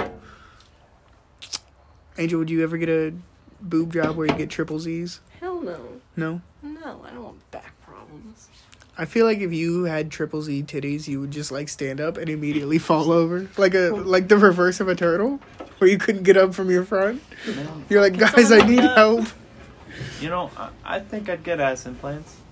Speaker 2: Angel, would you ever get a boob job where you get triple Z's?
Speaker 1: Hell no.
Speaker 2: No.
Speaker 1: No, I don't want back problems.
Speaker 2: I feel like if you had triple Z titties, you would just like stand up and immediately fall over, like a like the reverse of a turtle, where you couldn't get up from your front. You're like, guys, I need help.
Speaker 3: You know, I, I think I'd get ass implants.